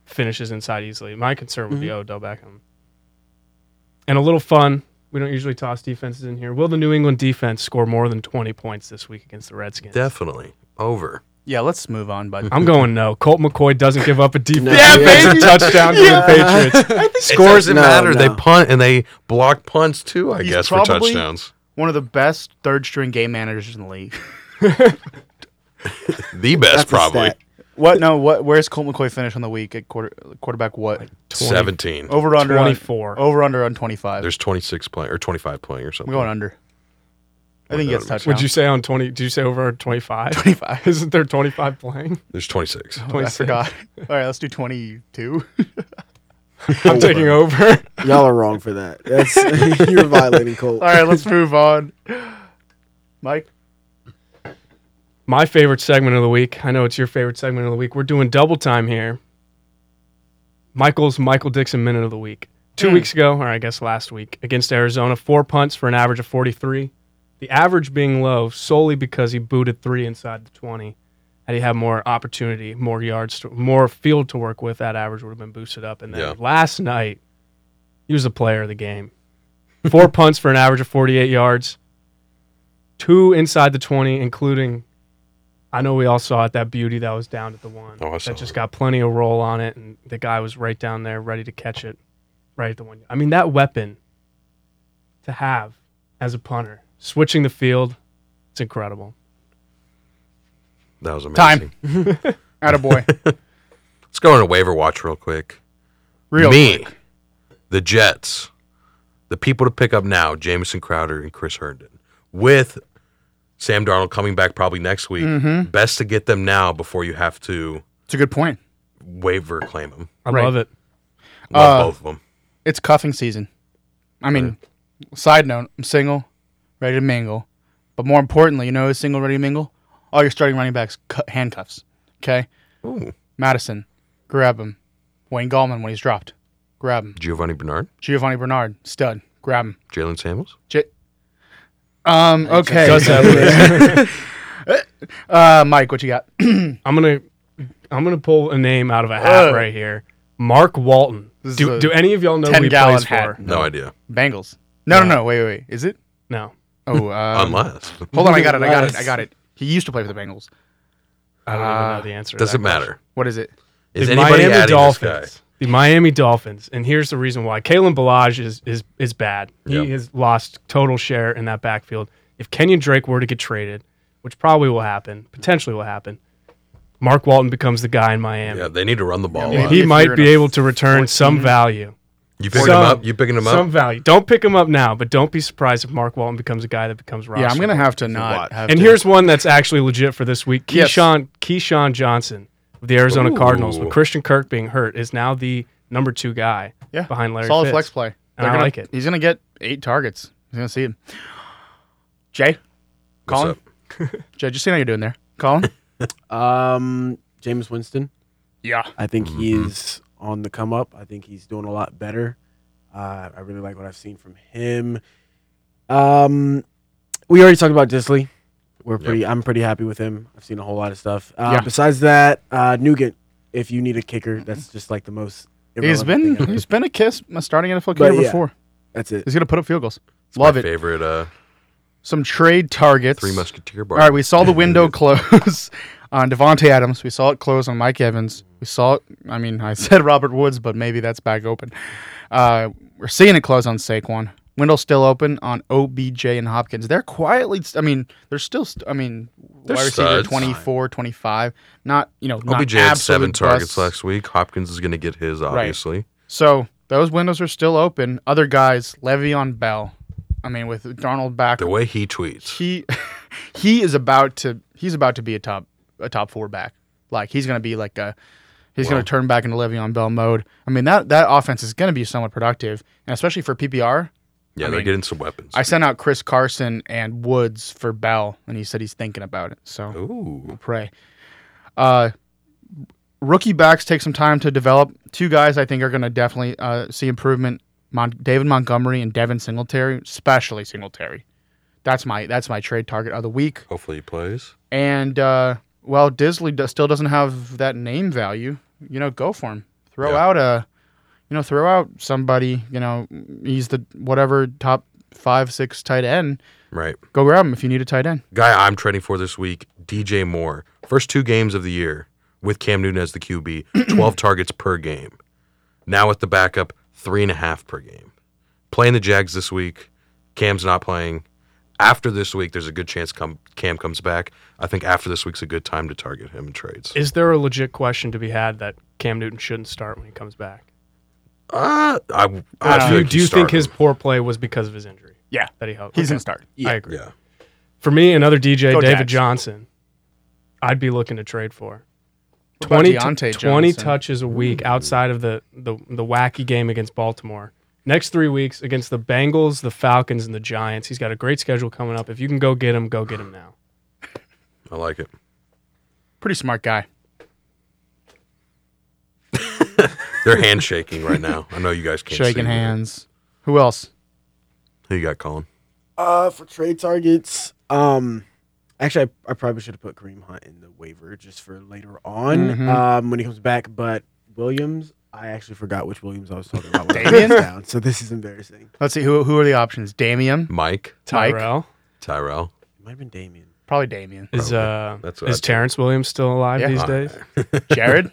D: finishes inside easily. My concern would be Odell Beckham. And a little fun. We don't usually toss defenses in here. Will the New England defense score more than 20 points this week against the Redskins?
C: Definitely over.
B: Yeah, let's move on, bud.
D: I'm going no. Colt McCoy doesn't give up a defense.
E: Yeah,
D: a touchdown to the Patriots.
C: Scores
E: No,
C: matter. They
E: no.
C: punt and they block punts too. I
B: He's
C: guess for
B: probably-
C: touchdowns.
B: One of the best third string game managers in the league. [LAUGHS]
C: The best
E: That's
C: probably
B: what? No. What? Where's Colt McCoy finish on the week at quarter quarterback? What?
C: seventeen.
B: Over under on-
D: 24.
B: Over under on 25.
C: There's 26 playing or 25 playing or something.
B: I'm going under. I think he gets a touchdown.
D: Would you say on 20? Did you say over 25?
B: 25.
D: [LAUGHS] Isn't there 25 playing?
C: There's 26.
B: I [LAUGHS]
D: 26.
B: forgot. All right, let's do
C: [LAUGHS]
B: 22.
D: I'm taking over.
E: Y'all are wrong for that. That's [LAUGHS]
C: [LAUGHS]
E: You're violating Colt.
B: All right, let's move on. Mike,
D: My favorite segment of the week. I know it's your favorite segment of the week. We're doing double time here. Michael's Michael Dixon minute of the week. Two weeks ago, or I guess last week, against Arizona, four punts for an average of 43. The average being low solely because he booted three inside the 20. Had he had more opportunity, more yards, to, more field to work with, that average would have been boosted up. And then
C: Yeah.
D: last night, he was the player of the game. Four punts for an average of 48 yards, two inside the 20, including, I know we all saw it, that beauty that was down at the one.
C: Oh, I saw
D: that just
C: it.
D: got plenty of roll on it, and the guy was right down there, ready to catch it, right at the one. I mean, that weapon to have as a punter, switching the field, it's incredible.
C: That was amazing.
B: Time.
C: [LAUGHS]
B: attaboy.
C: Let's go on a waiver watch real quick.
B: Real
C: Me, the Jets, the people to pick up now: Jamison Crowder and Chris Herndon, with Sam Darnold coming back probably next week. Best to get them now before you have to
B: It's a good point.
C: waiver claim them.
D: I
B: Right.
D: love it.
C: Love
B: Uh,
C: both of them.
B: It's cuffing season. I mean, side note, I'm single, ready to mingle. But more importantly, you know who's single, ready to mingle? All your starting running backs, cu- handcuffs. Okay?
C: Ooh,
B: Madison, grab him. Wayne Gallman, when he's dropped, grab him.
C: Giovanni Bernard,
B: Giovanni Bernard, stud, grab him.
C: Jalen Samuels.
B: J- um, okay.
C: [LAUGHS]
D: Gus Edwards.
B: Uh, Mike, what you got?
D: I'm gonna I'm gonna pull a name out of a hat
C: Uh.
B: Ugh.
D: right here. Mark Walton.
B: is
D: Do,
B: a
D: do any of y'all know
B: 10
D: who he
B: gallon
D: plays
B: hat.
D: for?
C: No idea.
B: Bengals. No, no, no. Wait, wait, wait. Is it?
D: No.
B: Oh, um,
C: Unless
B: hold on. I got it. I got it. I got it. He used to play for the Bengals.
D: I don't even know the answer. to
C: Ah, doesn't
D: that question.
C: matter.
B: What is it?
C: Is
D: the
C: anybody
D: Miami
C: adding
D: Dolphins.
C: this guy?
D: The Miami Dolphins, and here's the reason why: Kalen Balaj is is is bad. He
C: Yeah.
D: has lost total share in that backfield. If Kenyon Drake were to get traded, which probably will happen, potentially will happen, Mark Walton becomes the guy in Miami.
C: Yeah, they need to run the ball. a lot.
D: He
B: If
D: might
B: you're in
D: be
B: a
D: able to return some value.
C: You picking
D: Some-
C: him up? You picking him
D: Some
C: up?
D: value. Don't pick him up now, but don't be surprised if Mark Walton becomes a guy that becomes roster.
B: Yeah, I'm gonna have to not.
C: watch.
B: Have
D: And
B: to-
D: here's one that's actually legit for this week.
B: Yes.
D: Keyshawn Keyshawn Johnson of the Arizona
C: Ooh.
D: Cardinals, with Christian Kirk being hurt, is now the number two guy
B: yeah.
D: behind Larry.
B: solid
D: Fitz.
B: flex play.
D: And
B: They're
D: I
B: gonna-
D: like it.
B: He's gonna get eight targets. He's gonna see him. Jay,
C: What's
B: Colin,
C: up? [LAUGHS]
B: Jay, just seeing how you're doing there. Colin,
E: Um, James Winston.
B: Yeah.
E: I think
B: Mm-hmm.
E: he's on the come up. I think he's doing a lot better. Uh, I really like what I've seen from him. Um, we already talked about Disley. We're pretty. I'm pretty happy with him. I've seen a whole lot of stuff. Uh,
B: Yeah.
E: Besides that, uh, Nugent. If you need a kicker, that's just like the most.
B: He's
E: irrelevant
B: been
E: thing ever.
B: he's been a kiss starting NFL
E: But
B: kicker
E: yeah.
B: before.
E: That's it.
B: He's gonna put up field goals.
C: It's
B: Love
C: my
B: it.
C: Favorite uh,
B: Some trade targets.
C: three musketeer bar.
B: All right, we saw the
C: [LAUGHS]
B: window close on Devontae Adams. We saw it close on Mike Evans. We saw it. I mean, I [LAUGHS] said Robert Woods, but maybe that's back open. Uh, we're seeing it close on Saquon. Window still open on OBJ and Hopkins. They're quietly. I mean, they're still. st- I mean,
C: They're
B: wide receiver
C: studs.
B: 24, 25. Not you know. Not
C: OBJ had seven
B: absolute
C: targets
B: busts.
C: last week. Hopkins is going to get his, obviously.
B: So those windows are still open. Other guys, Le'Veon Bell. I mean, with Donald back,
C: The way he tweets.
B: he [LAUGHS] he is about to he's about to be a top a top four back. Like he's gonna be like a he's gonna turn back into Le'Veon Bell mode. I mean that that offense is gonna be somewhat productive, and especially for PPR.
C: Yeah,
B: I
C: they're
B: mean,
C: getting some weapons.
B: I sent out Chris Carson and Woods for Bell, and he said he's thinking about it. So
C: Ooh.
B: pray. Uh, rookie backs take some time to develop. Two guys I think are going to definitely uh, see improvement: Mon- David Montgomery and Devin Singletary, especially Singletary. That's my that's my trade target of the week.
C: Hopefully he plays.
B: And uh, well, Disley do- still doesn't have that name value. You know, go for him. Throw
C: Yeah.
B: out a, you know, throw out somebody. You know, he's the whatever top five six tight end.
C: Right.
B: Go grab him if you need a tight end.
C: Guy I'm trading for this week, DJ Moore. First two games of the year with Cam Newton as the QB, 12 targets per game. Now with the backup, three and a half per game. Playing the Jags this week. Cam's not playing. After this week, there's a good chance come, Cam comes back. I think after this week's a good time to target him in trades.
D: Is there a legit question to be had that Cam Newton shouldn't start when he comes back?
C: Uh, I, I
D: Uh,
C: feel
D: you
C: like
D: do
C: you
D: you think
C: start him.
D: his poor play was because of his injury?
B: Yeah.
D: That he held.
B: He's
D: Okay.
B: gonna start.
D: I agree.
C: Yeah.
D: For me, another DJ,
B: Go
D: David
B: Jags.
D: Johnson, I'd be looking to trade for.
B: What about
D: 20,
B: Deontay
D: 20
B: Johnson?
D: touches a week outside of the, the, the wacky game against Baltimore. Next three weeks against the Bengals, the Falcons, and the Giants. He's got a great schedule coming up. If you can go get him, go get him now.
C: I like it.
B: Pretty smart guy.
C: They're handshaking right now. I know you guys can't see
B: Shaking
C: me.
B: hands. Who else?
C: Who you got, Colin?
E: Uh, for trade targets, um, actually, I, I probably should have put Kareem Hunt in the waiver just for later on
B: Mhm.
E: um, when he comes back. But Williams, I actually forgot which Williams I was talking about. When I
B: Damien?
E: wrote this down, so this is embarrassing.
B: Let's see. Who who are the options? Damien.
C: Mike,
B: Mike?
D: Tyrell
C: Tyrell.
E: It might have been Damien.
B: Probably Damien.
D: is uh
C: That's what
D: is
C: I'd say.
D: Terrence Williams still alive
B: Yeah.
D: these
C: Uh,
D: days?
B: Jared.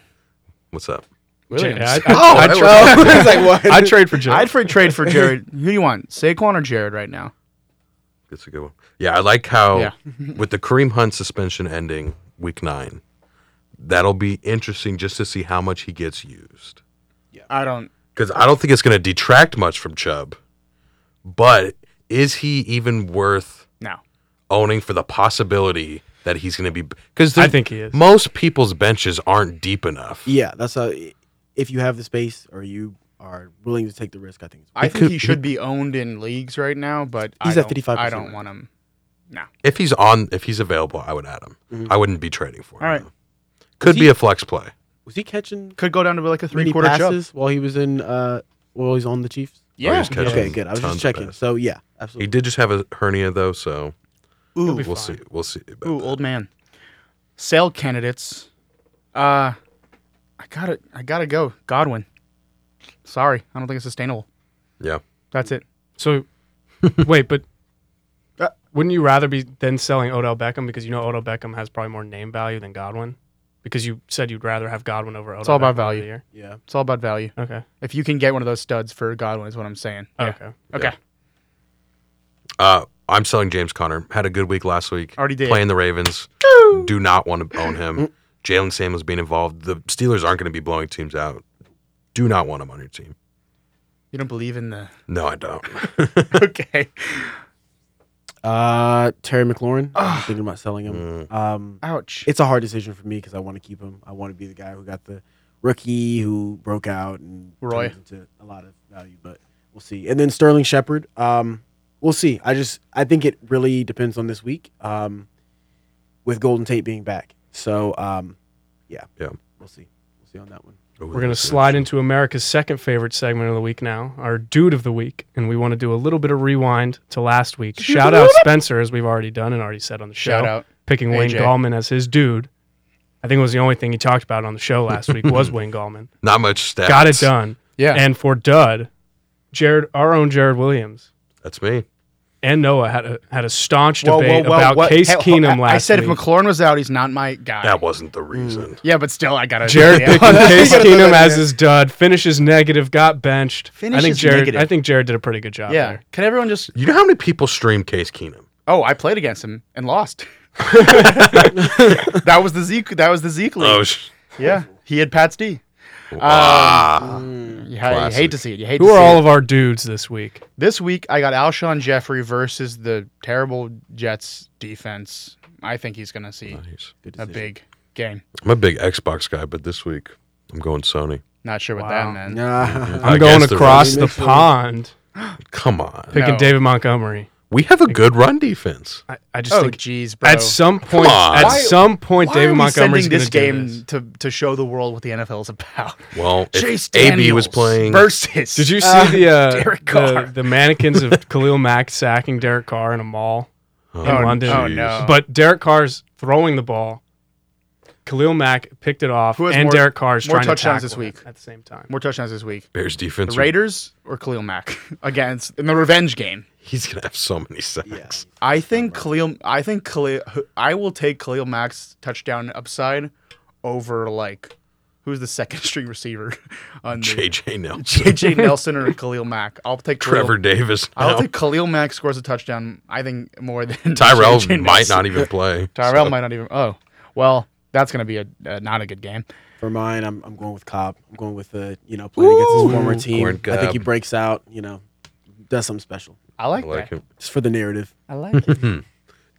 C: What's up?
D: Ja- I,
B: [LAUGHS]
D: [LAUGHS] I-
C: Oh,
B: I'd,
C: that
B: tra-
E: I was like, what?
D: I'd trade for Jared.
B: I'd for trade for Jared. Who do you want? Saquon or Jared right now?
C: That's a good one. Yeah, I like how
B: Yeah.
C: [LAUGHS] with the Kareem Hunt suspension ending week nine, that'll be interesting just to see how much he gets used.
B: I don't.
C: Because I don't think it's going to detract much from Chubb, but is he even worth
B: No.
C: owning for the possibility that he's going to be? Because
D: I think he is.
C: Most people's benches aren't deep enough.
E: yeah, that's how. If you have the space or you are willing to take the risk, I think it's
B: I think
C: could-
B: he should be owned in leagues right now, but
E: He's
B: I
E: at
B: don't,
E: 55%.
B: I don't want him.
C: If he's on, if he's available, I would add him. I wouldn't be trading for him.
B: Mm-hmm. All right.
C: though. Could
E: he-
C: be a flex play.
E: was he catching
B: Could go down to like a three
E: many
B: quarter chub.
E: passes while he was in uh while he's on the Chiefs?
C: Or
B: Yeah.
C: he's catching
E: Okay, good. I was
C: tons of
E: just checking.
C: passes.
E: So yeah,
C: He
E: absolutely.
C: did just have a hernia though, so
D: He'll be
C: we'll
D: fine.
C: see. We'll see. about
B: Ooh,
C: that.
B: old man. Sale candidates. Uh, I gotta, I gotta go. Godwin. Sorry, I don't think it's sustainable.
C: Yeah.
B: That's it. [LAUGHS]
D: So, wait, but
B: Uh,
D: wouldn't you rather be then selling Odell Beckham because you know Odell Beckham has probably more name value than Godwin? Because you said you'd rather have Godwin over Odell.
B: all about
D: Beckham over
B: value.
D: the year?
E: Yeah.
B: It's all about value.
D: Okay.
B: If you can get one of those studs for Godwin, is what I'm saying. Yeah.
D: Oh, Okay.
B: Okay.
C: Uh, I'm selling James Conner. Had a good week last week.
B: Already did.
C: Playing the Ravens. Do not want to own
D: Mm.
C: him. Jalen Samuels being involved. The Steelers aren't going to be blowing teams out. Do not want him on your team.
B: You don't believe in
E: [LAUGHS]
B: the.
C: No, I don't.
B: okay.
E: Uh, Terry McLaurin. I'm thinking about selling
C: Mm.
E: him. Um,
B: Ouch.
E: it's a hard decision for me because I want to keep him. I want to be the guy who got the rookie who broke out and
B: Roy.
E: turned into a lot of value, but we'll see. And then Sterling Shepard. Um, we'll see. I just I think it really depends on this week. Um, with Golden Tate being back, So, um, yeah,
C: Yeah.
E: we'll see. We'll see on that one.
D: We're going to slide into America's second favorite segment of the week now, our dude of the week. And we want to do a little bit of rewind to
B: [LAUGHS]
D: last week. Shout out Spencer, as we've already done and already said on the show.
B: Shout out.
D: Picking Wayne
B: AJ.
D: Gallman as his dude. I think it was the only thing he talked about on the show
B: [LAUGHS]
D: last week was Wayne Gallman.
C: Not much stats.
D: Got it done.
B: Yeah.
D: And for dud, Jared, our own Jared Williams
C: That's me.
D: and Noah had a, had a staunch
B: Whoa, whoa,
D: debate
B: whoa,
D: about
B: what-
D: Case
B: hey,
D: Keenum
B: I-
D: last
B: I said
D: week.
B: if McLaurin was out, he's not my guy.
C: That wasn't the reason.
D: Mm.
B: yeah, but still, I gotta. [LAUGHS]
D: Jared
B: yeah.
D: picking Case
B: gotta throw
D: Keenum
B: that in
D: as his dud, finishes negative, got benched. I think
B: Finishes
D: Jared.
B: negative.
D: I think Jared did a pretty good job.
B: Yeah.
D: there.
B: Can everyone just?
C: You know how many people stream Case Keenum?
B: Oh, I played against him and
D: [LAUGHS]
B: lost. that was the Zeke. That was the Zeke league.
C: Oh, sh-
B: yeah, he had Pat's D.
D: Um,
C: ah.
B: You, ha- you hate to see it. You hate
D: Who
B: to
D: are
B: see
D: all
B: it.
D: of our dudes this week?
B: This week, I got Alshon Jeffrey versus the terrible Jets defense. I think he's going to see
C: Nice.
E: Good
B: a
E: decision.
B: big game.
C: I'm a big Xbox guy, but this week I'm going Sony.
B: Not sure what
D: Wow.
B: that meant.
E: Nah. [LAUGHS]
D: I'm
C: I
D: going
C: guess the
D: across
E: Ravens.
D: the
E: Make sure-
D: pond,
C: Come on.
D: picking
B: No.
D: David Montgomery.
C: We have a good run defense.
D: I, I just
B: Oh,
D: think
B: jeez, bro.
D: at some point,
C: on.
D: at
C: Why-
D: some point,
B: Why
D: David
B: are we
D: Montgomery's
B: sending
D: going
B: this
D: to do
B: game
D: this.
B: to to show the world what the NFL is about.
C: Well, if
B: Chase
C: AB
B: Daniels
C: was playing.
B: versus.
D: Did you see
B: [LAUGHS]
D: the, uh,
B: Derek Carr.
D: the the mannequins of [LAUGHS] Khalil Mack sacking Derek Carr in a mall?
C: Oh,
D: in London.
B: Oh
C: Jeez.
B: no!
D: But Derek Carr's throwing the ball. Khalil Mack picked it off,
B: Who has
D: and
B: more-
D: Derek Carr's
B: more
D: trying
B: touchdowns
D: to
B: this
D: tackle him
B: week?
D: at the same time.
B: more touchdowns this week.
C: Bears defense.
B: The Raiders or Khalil Mack [LAUGHS] against in the revenge game.
C: He's gonna have so many [LAUGHS] sacks.
B: I think Khalil. I think Khalil. I will take Khalil Mack's touchdown upside over like who's the second [LAUGHS] string receiver on [LAUGHS] the
C: JJ Nelson,
B: JJ Nelson or Khalil Mack. I'll take Khalil-
C: Trevor Davis.
B: I'll
C: Now.
B: take Khalil Mack scores a touchdown. I think more than
C: [LAUGHS] Tyrell
B: J.J. [LAUGHS]
C: might
B: Nelson.
C: not even play.
B: Tyrell
C: so-
B: might not even. Oh, well, that's gonna be a uh, not a good game.
E: For mine, I'm, I'm going with Cobb. I'm going with the you know playing against his former team.
C: Gordon
E: I think he
C: Cobb.
E: breaks out. You know, does something special
B: I like,
C: I like
B: that.
C: him.
E: just for the narrative.
B: I like it.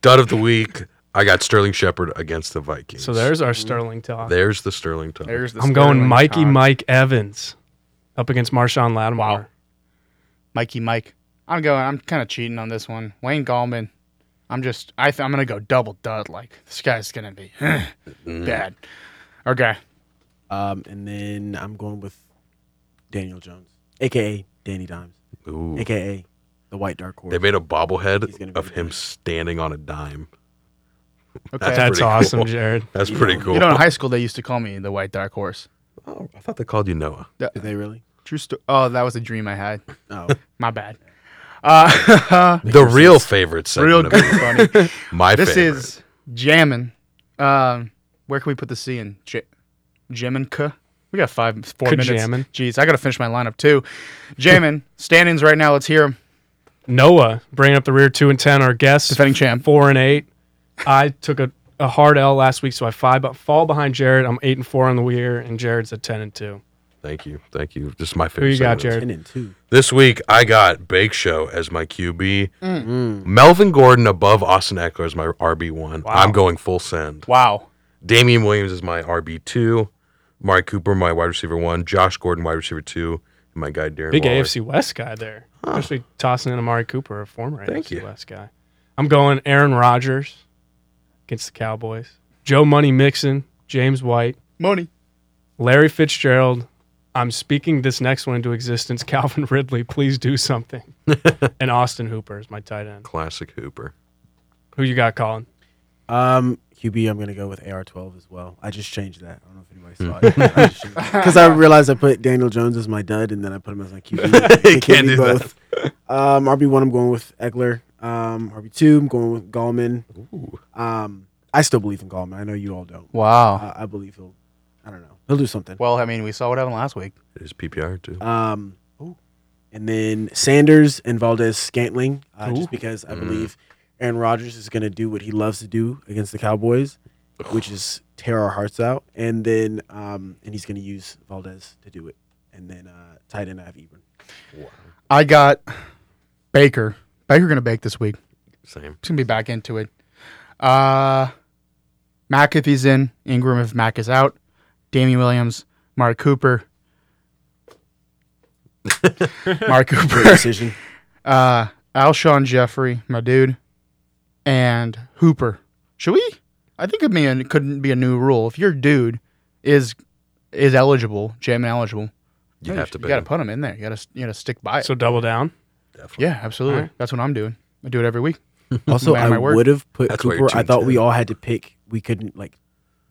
C: Dud of the week. I got Sterling Shepard against the Vikings.
D: So there's our Sterling talk.
C: there's the Sterling talk.
B: There's the
D: I'm going
B: Sterling
D: Mikey
B: cock.
D: Mike Evans up against Marshawn Lattimore.
B: Wow. Mikey Mike. I'm going. I'm kind of cheating on this one. Wayne Gallman. I'm just. I th- I'm gonna go double dud. Like this guy's gonna be [SIGHS] bad. Okay.
E: Um, and then I'm going with Daniel Jones, aka Danny Dimes,
C: Ooh.
E: aka the White Dark Horse.
C: They made a
E: He's gonna
C: bobblehead
E: be
C: of him
E: good.
C: standing on a dime.
B: Okay.
C: That's
D: That's
C: pretty
D: awesome,
C: cool.
D: Jared.
C: That's pretty cool.
B: you know, in high school they used to call me the white dark horse.
C: oh, I thought they called you Noah.
E: Did they really?
C: [LAUGHS]
B: True story. Oh, that was a dream I had.
E: Oh,
B: [LAUGHS] My bad. Uh, [LAUGHS]
C: The real favorite segment.
B: real
C: Real
B: good, funny.
C: My
B: This
C: favorite.
B: is jamming. Um, where can we put the C in? J- jammin' K. We got five, four minutes.
D: Jammin'.
B: Jeez, I gotta finish my lineup too. Jammin', stand-ins right now. Let's hear them.
D: Noah bringing up the rear two and ten. Our guests
B: Defending champ.
D: four and eight. I took a, a hard L last week, so I five, but fall behind Jared. I'm eight and four on the year, and Jared's a ten and two.
C: Thank you. Thank you. This is my favorite.
D: Who you
C: segment.
D: got, Jared?
E: ten and two.
C: This week I got Bake Show as my QB.
B: Mm.
C: Melvin Gordon above Austin Eckler as my RB one. I'm going full send.
B: Wow.
C: Damian Williams is my RB two. Mari Cooper, my wide receiver one. Josh Gordon, wide receiver two. And my guy Darren.
D: Big
C: Waller.
D: AFC West guy there, especially tossing in Amari Cooper, a former
C: Thank
D: AFC
C: you.
D: West guy. I'm going Aaron Rodgers against the Cowboys. Joe Money Mixon, James White,
B: Money.
D: Larry Fitzgerald. I'm speaking this next one into existence. [LAUGHS] Calvin Ridley, please do something.
C: [LAUGHS]
D: and Austin Hooper is my tight end.
C: Classic Hooper.
D: Who you got, Colin?
E: Um, QB, I'm gonna go with AR12 as well. I just changed that. I don't know if anybody saw it
C: [LAUGHS]
E: because I, realized I put Daniel Jones as my dud, and then I put him as my QB. They
C: can't
E: be
C: do that.
E: Um, RB1, I'm going with Eckler. Um, RB2, I'm going with Gallman. Um, I still believe in Gallman. I know you all don't.
B: Wow.
E: I, I believe he'll. I don't know. He'll do something.
B: Well, I mean, we saw what happened last week.
C: It is PPR too.
E: Um, and then Sanders and Valdez Scantling, uh,
D: Ooh.
E: just because I believe Aaron Rodgers is going to do what he loves to do against the Cowboys, which is tear our hearts out. And then, um, and he's going to use Valdez to do it. And then uh, tight end, I have Ebron.
B: I got Baker. Baker gonna bake this week.
C: Same.
B: He's gonna be back into it. Uh, Mac if he's in. Ingram if Mac is out. Damian Williams. Mark
C: [LAUGHS]
B: Cooper. Mark Cooper. [LAUGHS]
E: Decision.
B: Uh, Alshon Jeffrey, my dude, and Hooper. Should we? I think it be a, couldn't be a new rule. If your dude is is eligible, jamming eligible,
C: You
B: no,
C: have to
B: you
C: pick
B: got to
C: him.
B: put him in there. You got to you got to stick by it.
D: So double down.
C: Definitely.
B: yeah, absolutely.
D: Alright.
B: That's what I'm doing. I do it every week.
E: Also,
B: Man,
E: I
B: my word.
E: would have put
C: That's why you're
E: Cooper. I
C: tuned
E: thought we
C: in.
E: all had to pick. We couldn't like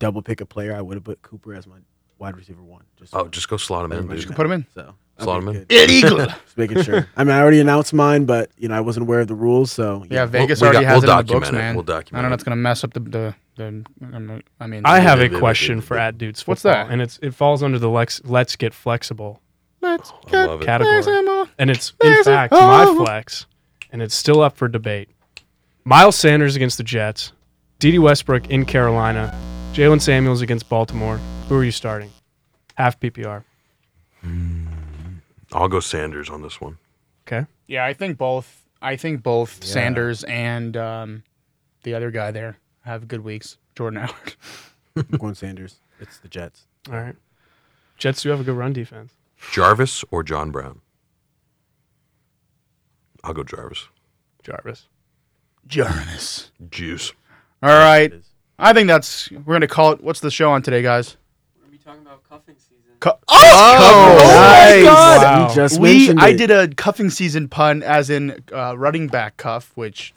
E: double pick a player. I would have put Cooper as my wide receiver one. Just
C: Oh, just go slot him in.
E: Everybody
C: Dude.
E: knows.
B: Put him in.
E: so
C: Slot him in.
E: good.
B: Ed [LAUGHS] Eagle.
E: Just making sure. I mean, I already announced mine, but you know, I wasn't aware of the rules, so
B: Yeah, Vegas
C: we
B: already
C: got-
B: has it
C: we'll
B: in the books,
C: document it.
B: man.
C: We'll document
B: I don't know.
C: it.
B: It's gonna mess up the the. the I'm not- I mean,
D: I have a
C: yeah, yeah,
D: question
C: yeah,
D: for
C: yeah.
D: at dudes.
B: What's
D: Football,
B: that?
D: And it's it falls under the Lex, let's get flexible.
B: Let's
C: I love it.
D: category.
B: Maximo.
D: and it's in
B: There's a-
D: fact my
B: oh.
D: flex, and it's still up for debate. Miles Sanders against the Jets, D.D. Westbrook in Carolina, Jalen Samuels against Baltimore. Who are you starting? Half PPR.
C: I'll go Sanders on this one.
D: Okay.
B: Yeah, I think both. I think both Sanders and um, the other guy there have good weeks. Jordan Howard.
E: I'm going Sanders. It's the Jets.
D: All right. Jets do have a good run defense.
C: Jarvis or John Brown? I'll go Jarvis.
D: Jarvis.
B: Jarvis.
C: Juice.
B: All right. I think that's we're gonna call it. What's the show on today, guys?
G: We're gonna be talking about cuffing season.
B: Cu- [LAUGHS] oh,
E: nice.
B: my God!
D: Wow.
E: We just
B: we
E: mentioned
B: I
E: it.
B: did a cuffing season pun, as in uh, running back cuff, which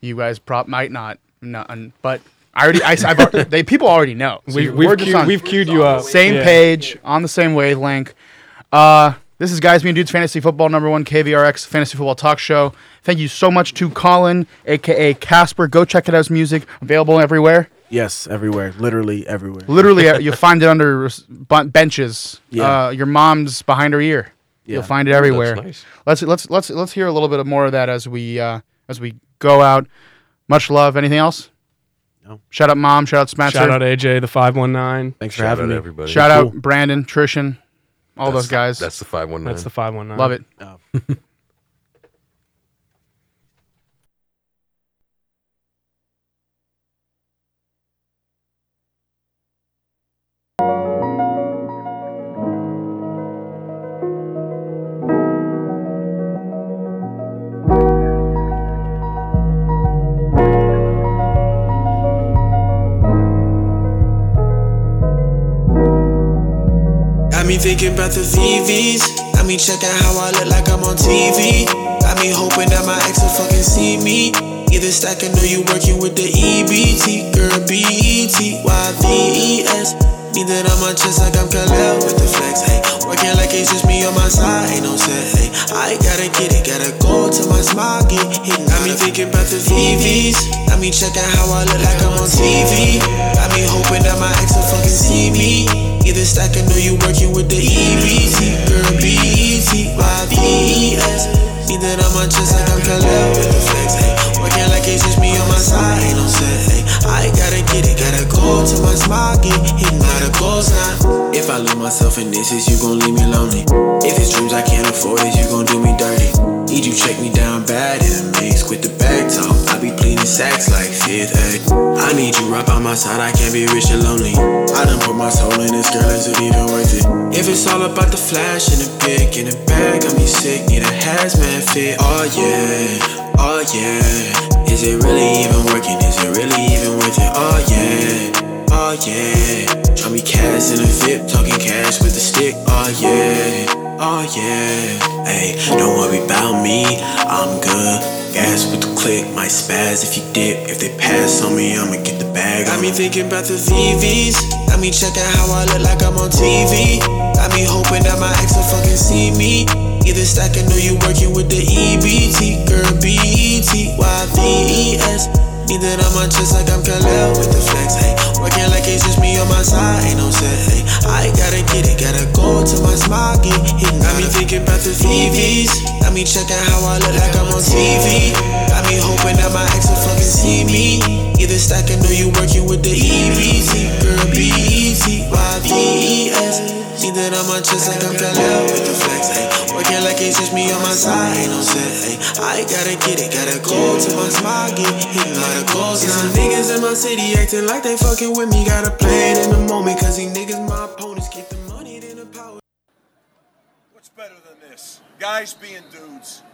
B: you guys prop might not, not but I already I, have already, they people already know. So
D: We,
B: we're
D: we've,
B: just
D: queued,
B: on
D: we've queued you up.
B: same
D: Yeah.
B: page on the same wavelength. Uh, this is guys, me and dudes, fantasy football number one, KVRX fantasy football talk show. Thank you so much to Colin, aka Casper. Go check out his music available everywhere.
E: Yes, everywhere. Literally everywhere.
B: Literally, uh, you'll find it under bu- benches.
E: Yeah.
B: Uh, your mom's behind her ear. You'll
E: Yeah.
B: find it everywhere.
C: That's nice.
B: Let's let's let's let's hear a little bit more of that as we uh, as we go out. Much love. Anything else?
E: No.
B: Shout out mom. Shout out Smash.
D: Shout out AJ, the 519.
E: Thanks for
C: Shout
E: having
C: out
E: me.
C: everybody.
B: Shout
E: Cool.
B: out Brandon, Trishan, all
C: That's-
B: those guys.
C: That's the 519.
D: That's the 519.
B: love it.
E: Oh.
A: Got me thinking about the VVs. Got me checking how I look like I'm on TV. Got me hoping that my ex will fucking see me. Either stacking or you working with the EBT. Girl, B E T Y V E S. Need that on my chest like I'm Khalil with the flex. Hey, working like it's just me on my side. Ain't no set. Hey, I gotta get it. Gotta go till my smile get hit. Got me thinking about the VVs. Got me checking how I look like I'm on TV. Got me hoping that my ex will fucking see me. Either stacking or you working with the EBT Girl, B-E-T-Y-V-E-S Need that on my chest like I'm Khalil with the flex ay. Working like it's just me on my side, ain't no set ay. I gotta get it, gotta go till my smile get Hitting all the goals now If I lose myself in this, is you gon' leave me lonely If it's dreams I can't afford, is you gon' do me dirty Need you check me down bad in the mix with the back talk I be pleading sacks like fifth ay. I need you right by my side, I can't be rich and lonely I done put my soul in this girl, is it even worth it? If it's all about the flash and the pick in the bag, got me sick, need a hazmat fit. Oh yeah, oh yeah. Is it really even working? Is it really even worth it? Oh yeah, oh yeah. Try me cash in a VIP, talking cash with a stick. Oh yeah, oh yeah. Hey, don't worry about me, I'm good. Gas with the click, might spaz if you dip. If they pass on me, I'ma get the bag. Got me thinking about the VVs. Got me checking how I look like I'm on TV. Got me hoping that my ex will fucking see me. Either stacking or you working with the EBT. Girl, E B-E-T-Y-V-E-S. Need that on my chest like I'm Khalil with the flex. Ay. Working like it's just me on my side, ain't no set. Ay. I gotta get it, gotta go till my smile get hidden. Got me thinking about the VVs. Got me checking how I look like I'm on TV. Got me hoping that my ex will fucking see me. Either stacking or you working with the EBT. Girl, B-E-T-Y-V-E-S. Need that on my chest like I'm Khalil with the flex. Ay. Working like it's just me on my side, ain't no set. Ay. I gotta get it, gotta go till my smile get hidden. All the goals. Yeah, some niggas in my city acting like they fucking with me. Gotta play it in the moment, cause these niggas my opponents. Keep the money, then the power.
F: What's better than this? Guys being dudes.